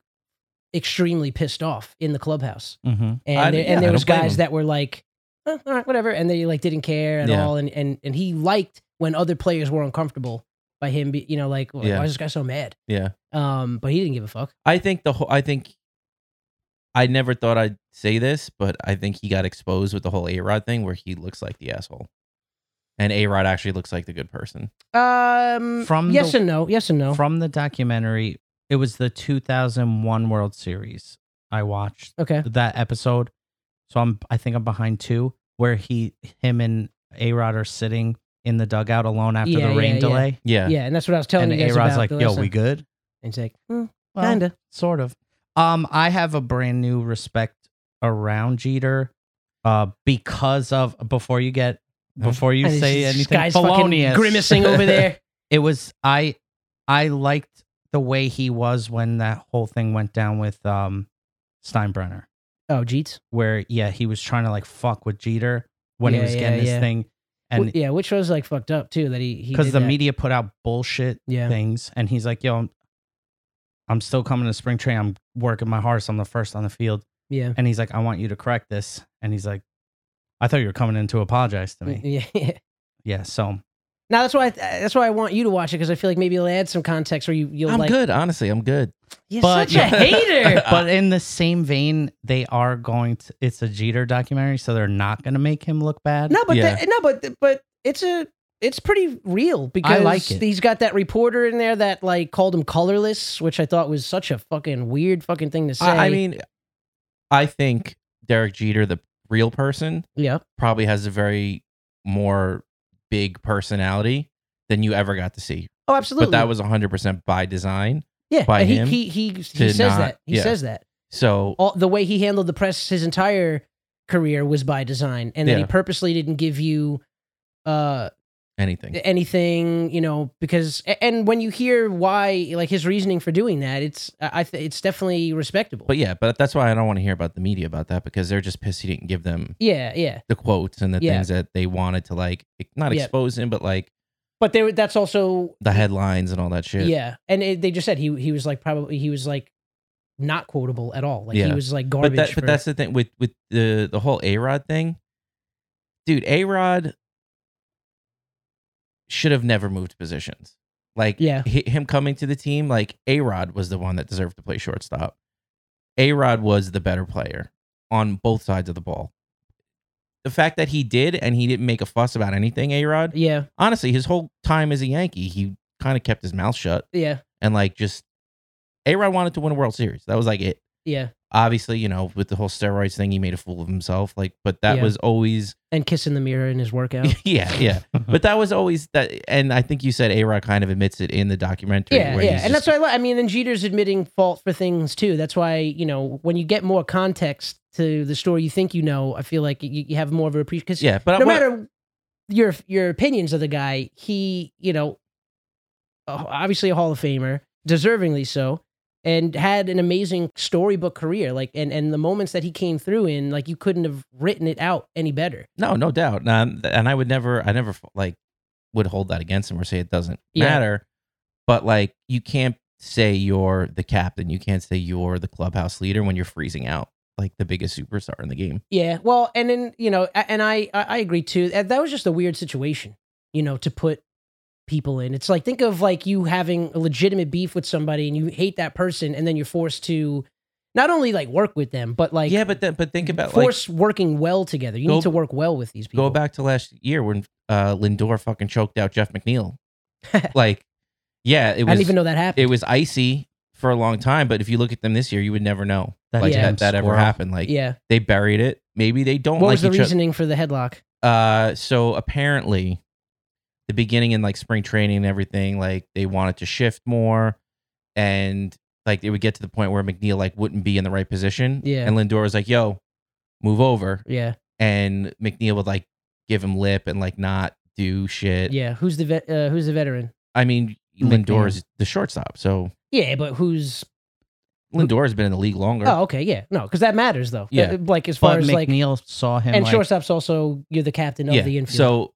S4: extremely pissed off in the clubhouse.
S6: Mm-hmm.
S4: and
S5: I-
S4: there,
S5: yeah,
S4: and
S5: I
S4: there was
S5: don't blame
S4: guys
S5: him.
S4: that were like, "Eh, all right, whatever, and they like didn't care at
S5: Yeah.
S4: all, and and and he liked when other players were uncomfortable by him, be, you know, like "Why-
S5: Yeah.
S4: why is this guy so mad?
S5: Yeah.
S4: Um, but he didn't give a fuck.
S5: I think the whole. I think I never thought I'd say this, but I think he got exposed with the whole A Rod thing, where he looks like the asshole, and A Rod actually looks like the good person.
S4: Um,
S6: From
S4: yes
S6: the-
S4: and no, yes and no.
S6: From the documentary, it was the 2001 World Series. I watched
S4: okay,
S6: that episode. So I'm I think I'm behind two where he him and A Rod are sitting in the dugout alone after
S4: Yeah,
S6: the rain
S4: yeah, yeah.
S6: delay.
S5: Yeah,
S4: yeah. and that's what I was telling
S6: and
S4: you
S6: A
S4: guys
S6: Rod's
S4: about.
S6: like,
S4: the
S6: yo,
S4: last
S6: we
S4: time."
S6: good?
S4: and it's like, "Hmm,
S6: Well,
S4: kinda.
S6: Sort of. Um, I have a brand new respect around Jeter. Uh, because of before you get before you
S4: And it's
S6: say
S4: just- this
S6: anything
S4: guy's fucking
S6: felonious.
S4: grimacing over there.
S6: it was I I liked the way he was when that whole thing went down with um Steinbrenner,
S4: Oh, Jeets.
S6: where yeah, he was trying to like fuck with Jeter when
S4: Yeah,
S6: he was
S4: yeah,
S6: getting his
S4: yeah.
S6: thing
S4: And
S6: and
S4: yeah, which was like fucked up too that he
S6: because
S4: because
S6: the media put out bullshit
S4: Yeah.
S6: things and he's like, yo, I'm, I'm still coming to spring training. I'm working my hardest. I'm the first on the field.
S4: yeah.
S6: And he's like, I want you to correct this. And he's like, I thought you were coming in to apologize to me.
S4: Yeah,
S6: Yeah. So
S4: now that's why I, that's why I want you to watch it because I feel like maybe you'll add some context where you you'll
S5: I'm
S4: like
S5: good. Honestly, I'm good.
S4: You're
S6: But-
S4: such a hater.
S6: but in the same vein, they are going to it's a Jeter documentary, so they're not gonna make him look bad.
S4: No, but
S5: Yeah.
S4: that, no, but but it's a it's pretty real because
S6: like it.
S4: he's got that reporter in there that like called him colorless, which I thought was such a fucking weird fucking thing to say.
S5: I, I mean, I think Derek Jeter, the real person,
S4: yeah,
S5: probably has a very more big personality than you ever got to see.
S4: oh, absolutely.
S5: But that was 100% by design.
S4: yeah.
S5: by
S4: and he,
S5: him
S4: he he he
S5: to
S4: says
S5: not-
S4: that he
S5: yeah.
S4: says that
S5: So
S4: all the way he handled the press his entire career was by design, and that
S5: Yeah.
S4: he purposely didn't give you uh
S5: anything.
S4: anything you know because a- and when you hear why like his reasoning for doing that it's i I th- it's definitely respectable
S5: But yeah, but that's why I don't want to hear about the media about that because they're just pissed he didn't give them
S4: yeah yeah
S5: the quotes and the
S4: Yeah.
S5: things that they wanted to like e, not
S4: Yeah.
S5: expose him, but like
S4: but there that's also
S5: the headlines and all that shit.
S4: yeah and it, they just said he he was like probably he was like not quotable at all like he
S5: Yeah.
S4: was like garbage
S5: But that,
S4: for-
S5: but that's the thing with with the the whole A Rod thing, dude. A Rod should have never moved positions. Like
S4: Yeah.
S5: hi- him coming to the team, like A Rod was the one that deserved to play shortstop. A Rod was the better player on both sides of the ball. The fact that he did and he didn't make a fuss about anything, A Rod,
S4: yeah
S5: honestly, his whole time as a Yankee, he kind of kept his mouth shut
S4: yeah
S5: and like just A Rod wanted to win a World Series. That was like it.
S4: yeah
S5: Obviously, you know, with the whole steroids thing, he made a fool of himself. Like, but that
S4: Yeah.
S5: was always,
S4: and kissing the mirror in his workout
S5: yeah, yeah. but that was always that. And I think you said A Rod kind of admits it in the documentary.
S4: yeah
S5: where
S4: yeah
S5: he's
S4: and
S5: just-
S4: that's why I, li- I mean and jeter's admitting fault for things too that's why you know when you get more context to the story you think you know i feel like you, you have more of a appreciation 'cause
S5: yeah. But
S4: no
S5: I'm not-
S4: matter your your opinions of the guy, he you know, uh, obviously a Hall of Famer, deservingly so. and had an amazing storybook career. Like, and and the moments that he came through in, like, you couldn't have written it out any better.
S5: No, no doubt. And, and I would never, I never like would hold that against him or say it doesn't
S4: Yeah.
S5: matter. But like, you can't say you're the captain. You can't say you're the clubhouse leader when you're freezing out like the biggest superstar in the game.
S4: Yeah. Well, and then you know, a- and I I I agree too. That that was just a weird situation, you know, to put people in. It's like think of like you having a legitimate beef with somebody and you hate that person, and then you're forced to not only like work with them, but like
S5: yeah, but then, but think about like
S4: force working well together. You
S5: Go-
S4: need to work well with these people.
S5: go back to last year when uh, Lindor fucking choked out Jeff McNeil. like, yeah, it
S4: I didn't
S5: was
S4: even know that happened.
S5: it was icy for a long time. But if you look at them this year, you would never know
S6: That
S5: like
S4: damn
S5: that that ever
S6: squirrel.
S5: happened. Like
S4: yeah.
S5: they buried it. Maybe they don't
S4: What
S5: like
S4: was the
S5: each other.
S4: reasoning for the headlock?
S5: Uh, so apparently, the beginning in like spring training and everything, like they wanted to shift more, and like it would get to the point where McNeil like wouldn't be in the right position.
S4: Yeah.
S5: and Lindor was like, "Yo, move over,"
S4: Yeah.
S5: and McNeil would like give him lip and like not do shit.
S4: Yeah. Who's the vet, uh, who's the veteran?
S5: I mean,
S6: McNeil.
S5: Lindor is the shortstop, so
S4: Yeah, but who's
S5: Lindor has been in the league longer.
S4: Oh, okay, yeah. No, cuz that matters though.
S5: Yeah.
S4: Uh, Like as far
S6: But
S4: as like
S6: McNeil saw him
S4: and
S6: like,
S4: shortstop's also you're the captain of the infield.
S5: So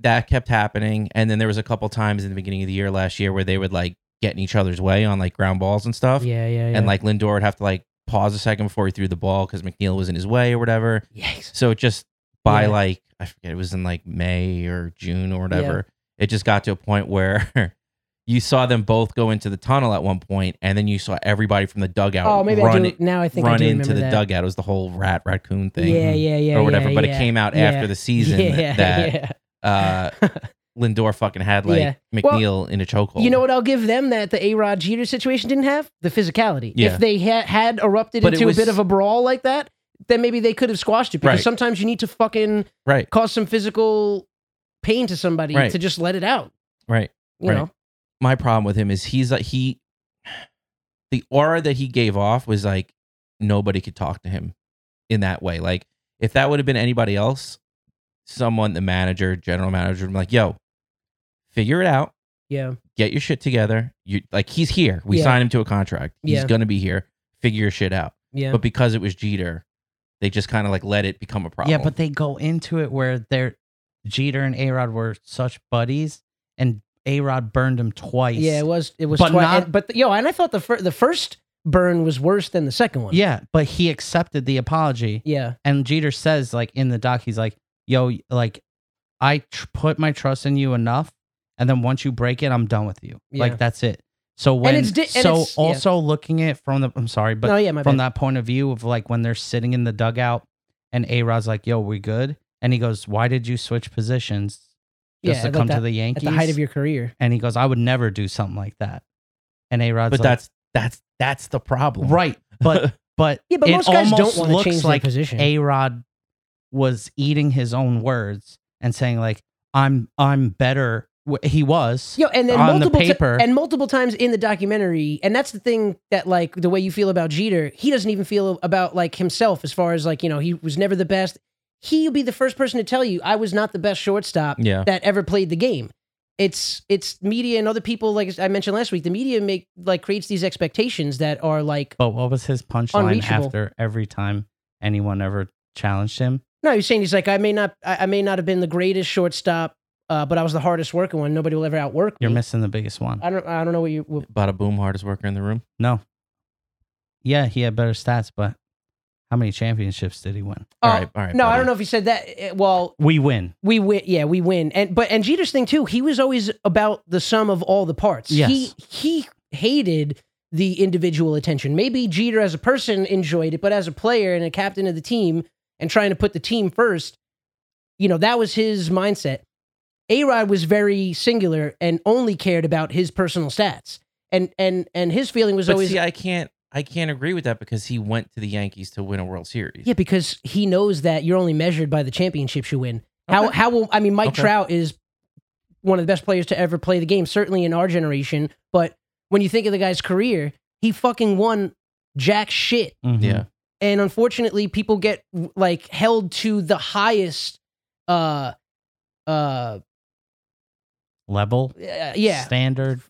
S5: that kept happening, and then there was a couple times in the beginning of the year last year where they would like get in each other's way on like ground balls and stuff,
S4: yeah, yeah, yeah.
S5: and like Lindor would have to like pause a second before he threw the ball because McNeil was in his way or whatever.
S4: Yikes.
S5: So it just by
S4: Yeah.
S5: like I forget it was in like May or June or whatever, it just got to a point where. You saw them both go into the tunnel at one point, and then you saw everybody from the dugout
S4: Oh, maybe
S5: run,
S4: I do. Now I think I
S5: run
S4: do
S5: into
S4: remember
S5: the
S4: that.
S5: dugout. It was the whole rat raccoon thing
S4: Yeah, yeah, yeah,
S5: or whatever.
S4: yeah,
S5: but
S4: yeah.
S5: it came out
S4: Yeah.
S5: after the season
S4: Yeah,
S5: that
S4: yeah.
S5: uh, Lindor fucking had like
S4: Yeah. Well,
S5: McNeil in a chokehold.
S4: You know what? I'll give them that the A Rod Jeter situation didn't have the physicality.
S5: Yeah.
S4: If they ha- had erupted
S5: But it
S4: into
S5: was-
S4: a bit of a brawl like that, then maybe they could have squashed it because
S5: Right.
S4: sometimes you need to fucking
S5: Right,
S4: cause some physical pain to somebody
S5: Right.
S4: to just let it out.
S5: right.
S4: You
S5: Right.
S4: know?
S5: My problem with him is he's like he, the aura that he gave off was like nobody could talk to him in that way. Like if that would have been anybody else, someone, the manager, general manager, would be like, yo, figure it out.
S4: Yeah.
S5: get your shit together. You like he's here. We
S4: Yeah.
S5: signed him to a contract. He's
S4: Yeah.
S5: gonna be here. Figure your shit out.
S4: Yeah.
S5: But because it was Jeter, they just kind of like let it become a problem.
S6: Yeah, but they go into it where they're Jeter and A Rod were such buddies, and A Rod burned him twice.
S4: yeah, it was it was
S6: But
S4: twi-
S6: not-
S4: and- but yo, and I thought the fir- the first burn was worse than the second one.
S6: yeah, but he accepted the apology.
S4: Yeah.
S6: And Jeter says, like in the doc, he's like, "Yo, like I tr- put my trust in you enough, and then once you break it, I'm done with you.
S4: Yeah.
S6: Like that's it." So when
S4: it's di- and
S6: so
S4: it's- yeah.
S6: also looking at from the I'm sorry, but
S4: no, yeah, my
S6: from
S4: bad.
S6: that point of view of like when they're sitting in the dugout and A Rod's like, yo, we good? And he goes, why did you switch positions just
S4: yeah,
S6: to
S4: like
S6: come
S4: that-
S6: to the
S4: at
S6: Yankees?
S4: the height of your career.
S6: and he goes, I would never do something like that. And A Rod's
S5: But
S6: like,
S5: that's that's that's the problem.
S6: right. But, but,
S4: Yeah, but
S6: it
S4: most guys don't
S6: almost
S4: want to
S6: looks
S4: change
S6: like
S4: their position.
S6: A Rod was eating his own words and saying, like, I'm, I'm better. Wh- He was.
S4: Yo, and then
S6: on the
S4: multiple ti-
S6: paper.
S4: and multiple times in the documentary, and that's the thing that like the way you feel about Jeter, he doesn't even feel about like himself as far as like you know he was never the best. He'll be the first person to tell you I was not the best shortstop
S5: Yeah.
S4: that ever played the game. It's it's media and other people like I mentioned last week. The media make like creates these expectations that are like
S6: But what was his punchline
S4: Unreachable.
S6: after every time anyone ever challenged him?
S4: no, he's saying he's like I may not I, I may not have been the greatest shortstop, uh, but I was the hardest working one. Nobody will ever outwork
S6: You're
S4: me.
S6: missing the biggest one.
S4: I don't I don't know what you what,
S5: Bada boom, hardest worker in the room.
S6: No. Yeah, he had better stats, but how many championships did he win?
S4: oh,
S5: all right, all right.
S4: no I
S5: buddy.
S4: don't know if he said that. Eh, Well,
S6: We win.
S4: We win, yeah, we win. And but and Jeter's thing too, he was always about the sum of all the parts.
S6: Yes.
S4: He he hated the individual attention. Maybe Jeter as a person enjoyed it, but as a player and a captain of the team and trying to put the team first, you know, that was his mindset. A-Rod was very singular and only cared about his personal stats. And and and his feeling was
S5: But
S4: always
S5: see, I can't I can't agree with that because he went to the Yankees to win a World Series.
S4: Yeah, because he knows that you're only measured by the championships you win. How how will I mean Mike
S5: Okay.
S4: Trout is one of the best players to ever play the game, certainly in our generation. But when you think of the guy's career, he fucking won jack shit.
S5: Yeah.
S4: And unfortunately, people get like held to the highest uh uh
S6: Level,
S4: yeah
S6: standard,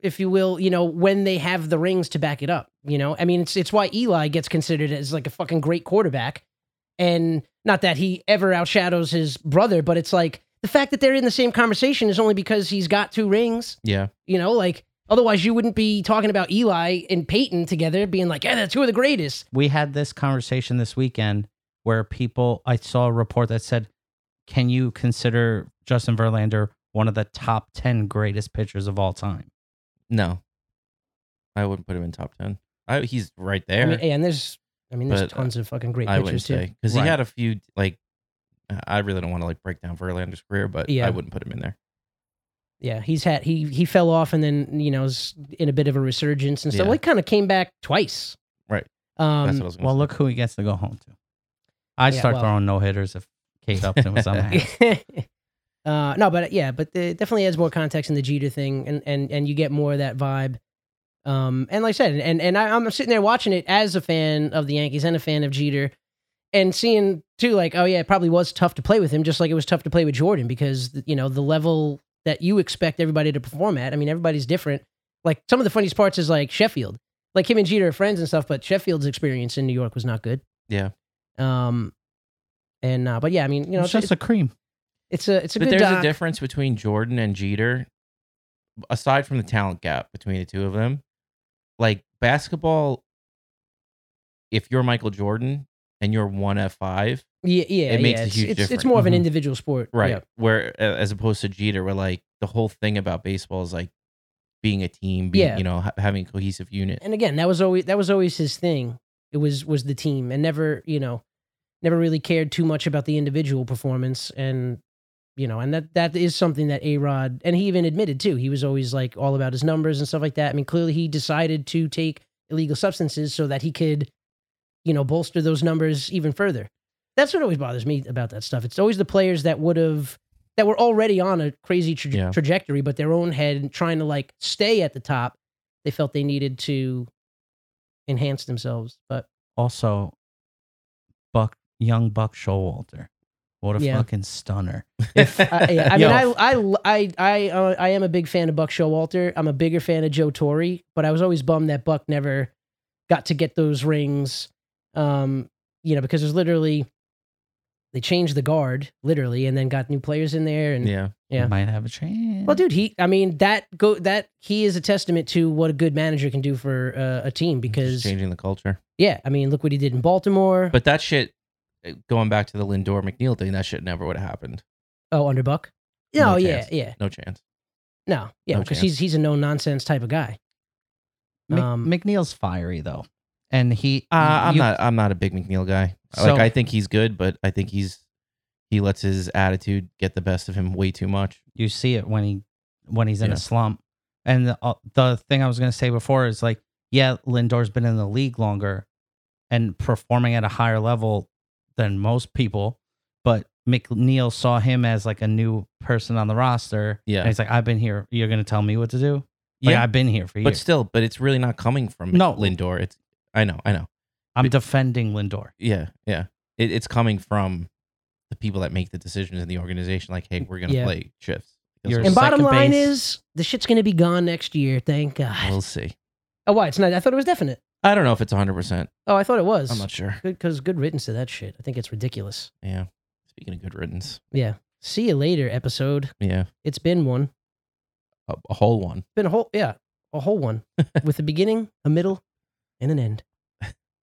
S4: if you will, you know, when they have the rings to back it up. You know, I mean, it's it's why Eli gets considered as like a fucking great quarterback, and not that he ever outshadows his brother, but it's like the fact that they're in the same conversation is only because he's got two rings.
S5: Yeah.
S4: You know, like otherwise you wouldn't be talking about Eli and Peyton together, being like, yeah, they're two of the greatest.
S6: we had this conversation this weekend where people I saw a report that said, "Can you consider Justin Verlander one of the top ten greatest pitchers of all time?"
S5: No. I wouldn't put him in top 10. I, he's right there.
S4: I mean, and there's, I mean, there's
S5: But, uh,
S4: tons of fucking great
S5: I wouldn't
S4: pitchers too.
S5: say because
S6: Right.
S5: he had a few like. I really don't want to like break down Verlander's career, but
S4: Yeah.
S5: I wouldn't put him in there.
S4: Yeah, he's had he he fell off and then you know is in a bit of a resurgence and
S5: Yeah.
S4: stuff. Well, he kind of came back twice.
S5: Right. That's
S4: Um,
S5: what I was. Gonna
S6: Well,
S5: say.
S6: look who he gets to go home to. I
S4: Yeah,
S6: start
S4: well-
S6: throwing no hitters if Kate Upton was on the house.
S4: uh, no, but yeah, but it definitely adds more context in the Jeter thing, and and and you get more of that vibe. Um, and like I said, and and I, I'm sitting there watching it as a fan of the Yankees and a fan of Jeter, and seeing too, like, oh yeah, it probably was tough to play with him, just like it was tough to play with Jordan because you know the level that you expect everybody to perform at. I mean, everybody's different. Like some of the funniest parts is like Sheffield, like him and Jeter are friends and stuff, but Sheffield's experience in New York was not good.
S5: Yeah.
S4: Um, and uh, but yeah, I mean, you know,
S6: it's
S4: it's-
S6: just a cream.
S4: it's a it's a
S5: but
S4: good
S5: there's
S4: doc.
S5: a difference between Jordan and Jeter, aside from the talent gap between the two of them. Like basketball, if you're Michael Jordan and you're one F five,
S4: yeah, yeah,
S5: it makes
S4: yeah.
S5: a
S4: it's,
S5: huge
S4: it's, It's
S5: difference. Mm-hmm.
S4: more of an
S6: Mhm.
S4: individual sport,
S5: right?
S4: Yeah.
S5: Where a- as opposed to Jeter, where like the whole thing about baseball is like being a team, being,
S4: Yeah.
S5: you know, ha- having a cohesive unit.
S4: And again, that was always that was always his thing. It was was the team, and never you know, never really cared too much about the individual performance, and you know, and that that is something that A Rod and he even admitted too. He was always like all about his numbers and stuff like that. I mean, clearly he decided to take illegal substances so that he could, you know, bolster those numbers even further. That's what always bothers me about that stuff. It's always the players that would have that were already on a crazy traje-
S5: Yeah.
S4: trajectory, but their own head and trying to like stay at the top. They felt they needed to enhance themselves, but
S6: Also, Buck, young Buck Showalter, what a
S4: Yeah.
S6: fucking stunner!
S4: I, Uh, yeah, I mean,
S6: Yo.
S4: I, I, I, I, uh, I am a big fan of Buck Showalter. I'm a bigger fan of Joe Torre, but I was always bummed that Buck never got to get those rings. Um, you know, because it was literally they changed the guard literally, and then got new players in there. And
S5: yeah,
S4: Yeah.
S6: might have a chance.
S4: well, dude, he, I mean, that go that he is a testament to what a good manager can do for uh, a team.
S5: because
S4: Because
S5: changing the culture.
S4: yeah, I mean, look what he did in Baltimore.
S5: But that shit, eh, going back to the Lindor McNeil thing, that shit never would have happened.
S4: oh, under Buck.
S5: No
S4: oh, yeah,
S5: chance.
S4: yeah,
S5: No chance.
S4: no, yeah,
S5: No
S4: because
S5: chance.
S4: he's he's a no nonsense type of guy.
S6: Mc-
S4: um,
S6: McNeil's fiery though, and he.
S5: Uh, I'm
S6: you-
S5: not. I'm not a big McNeil guy.
S6: So-
S5: like I think he's good, but I think he's he lets his attitude get the best of him way too much.
S6: you see it when he when he's in
S5: Yeah.
S6: a slump. And the, uh, the thing I was going to say before is like, yeah, Lindor's been in the league longer and performing at a higher level than most people, but McNeil saw him as like a new person on the roster.
S5: Yeah.
S6: and he's like, I've been here. You're going to tell me what to do? Like,
S5: Yeah.
S6: I've been here for
S5: But
S6: years.
S5: still, but it's really not coming from
S6: No.
S5: Lindor. It's I know, I know.
S6: I'm defending Lindor.
S5: Yeah, yeah. It, it's coming from the people that make the decisions in the organization. Like, hey, we're gonna
S4: Yeah.
S5: play shifts.
S6: You're-
S5: We'll,
S4: And
S6: Second
S4: bottom line
S6: base.
S4: is the shit's gonna be gone next year. Thank God.
S5: we'll see.
S4: Oh, why? It's not. I thought it was definite.
S5: I don't know if it's 100. percent
S4: Oh, I thought it was.
S5: I'm not sure.
S4: Good because good riddance to that shit. I think it's ridiculous.
S5: Yeah. Speaking of good riddance.
S4: Yeah. See you later episode.
S5: Yeah.
S4: It's been one. It's
S5: A, a whole one.
S4: been a whole yeah, a whole one with a beginning, a middle, and an end.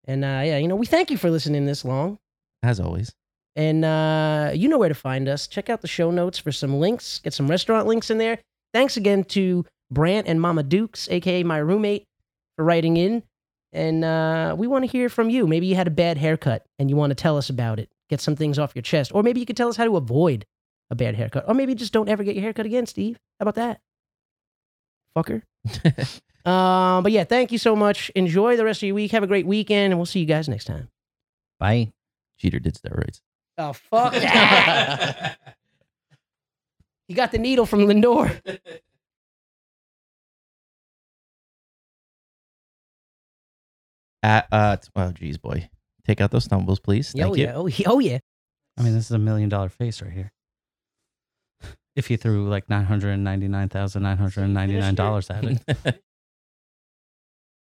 S4: And uh, yeah, you know, we thank you for listening this long.
S5: As always.
S4: And uh, you know where to find us. Check out the show notes for some links. Get some restaurant links in there. Thanks again to Brant and Mama Dukes, aka my roommate, for writing in. And uh, we want to hear from you. Maybe you had a bad haircut and you want to tell us about it. Get some things off your chest, or maybe you could tell us how to avoid a bad haircut, or maybe just don't ever get your haircut again, Steve. How about that, fucker? um, but yeah, thank you so much. Enjoy the rest of your week. Have a great weekend, and we'll see you guys next time.
S6: Bye.
S5: Jeter did steroids.
S4: Oh fuck that. He got the needle from Lindor.
S5: At, uh, t- oh, geez, boy. Take out those stumbles, please.
S4: Yeah,
S5: Thank
S4: oh,
S5: you.
S4: yeah. Oh, yeah. Oh, yeah.
S6: I mean, this is a million dollar face right here. if you threw like nine hundred ninety nine thousand nine hundred ninety nine dollars at it.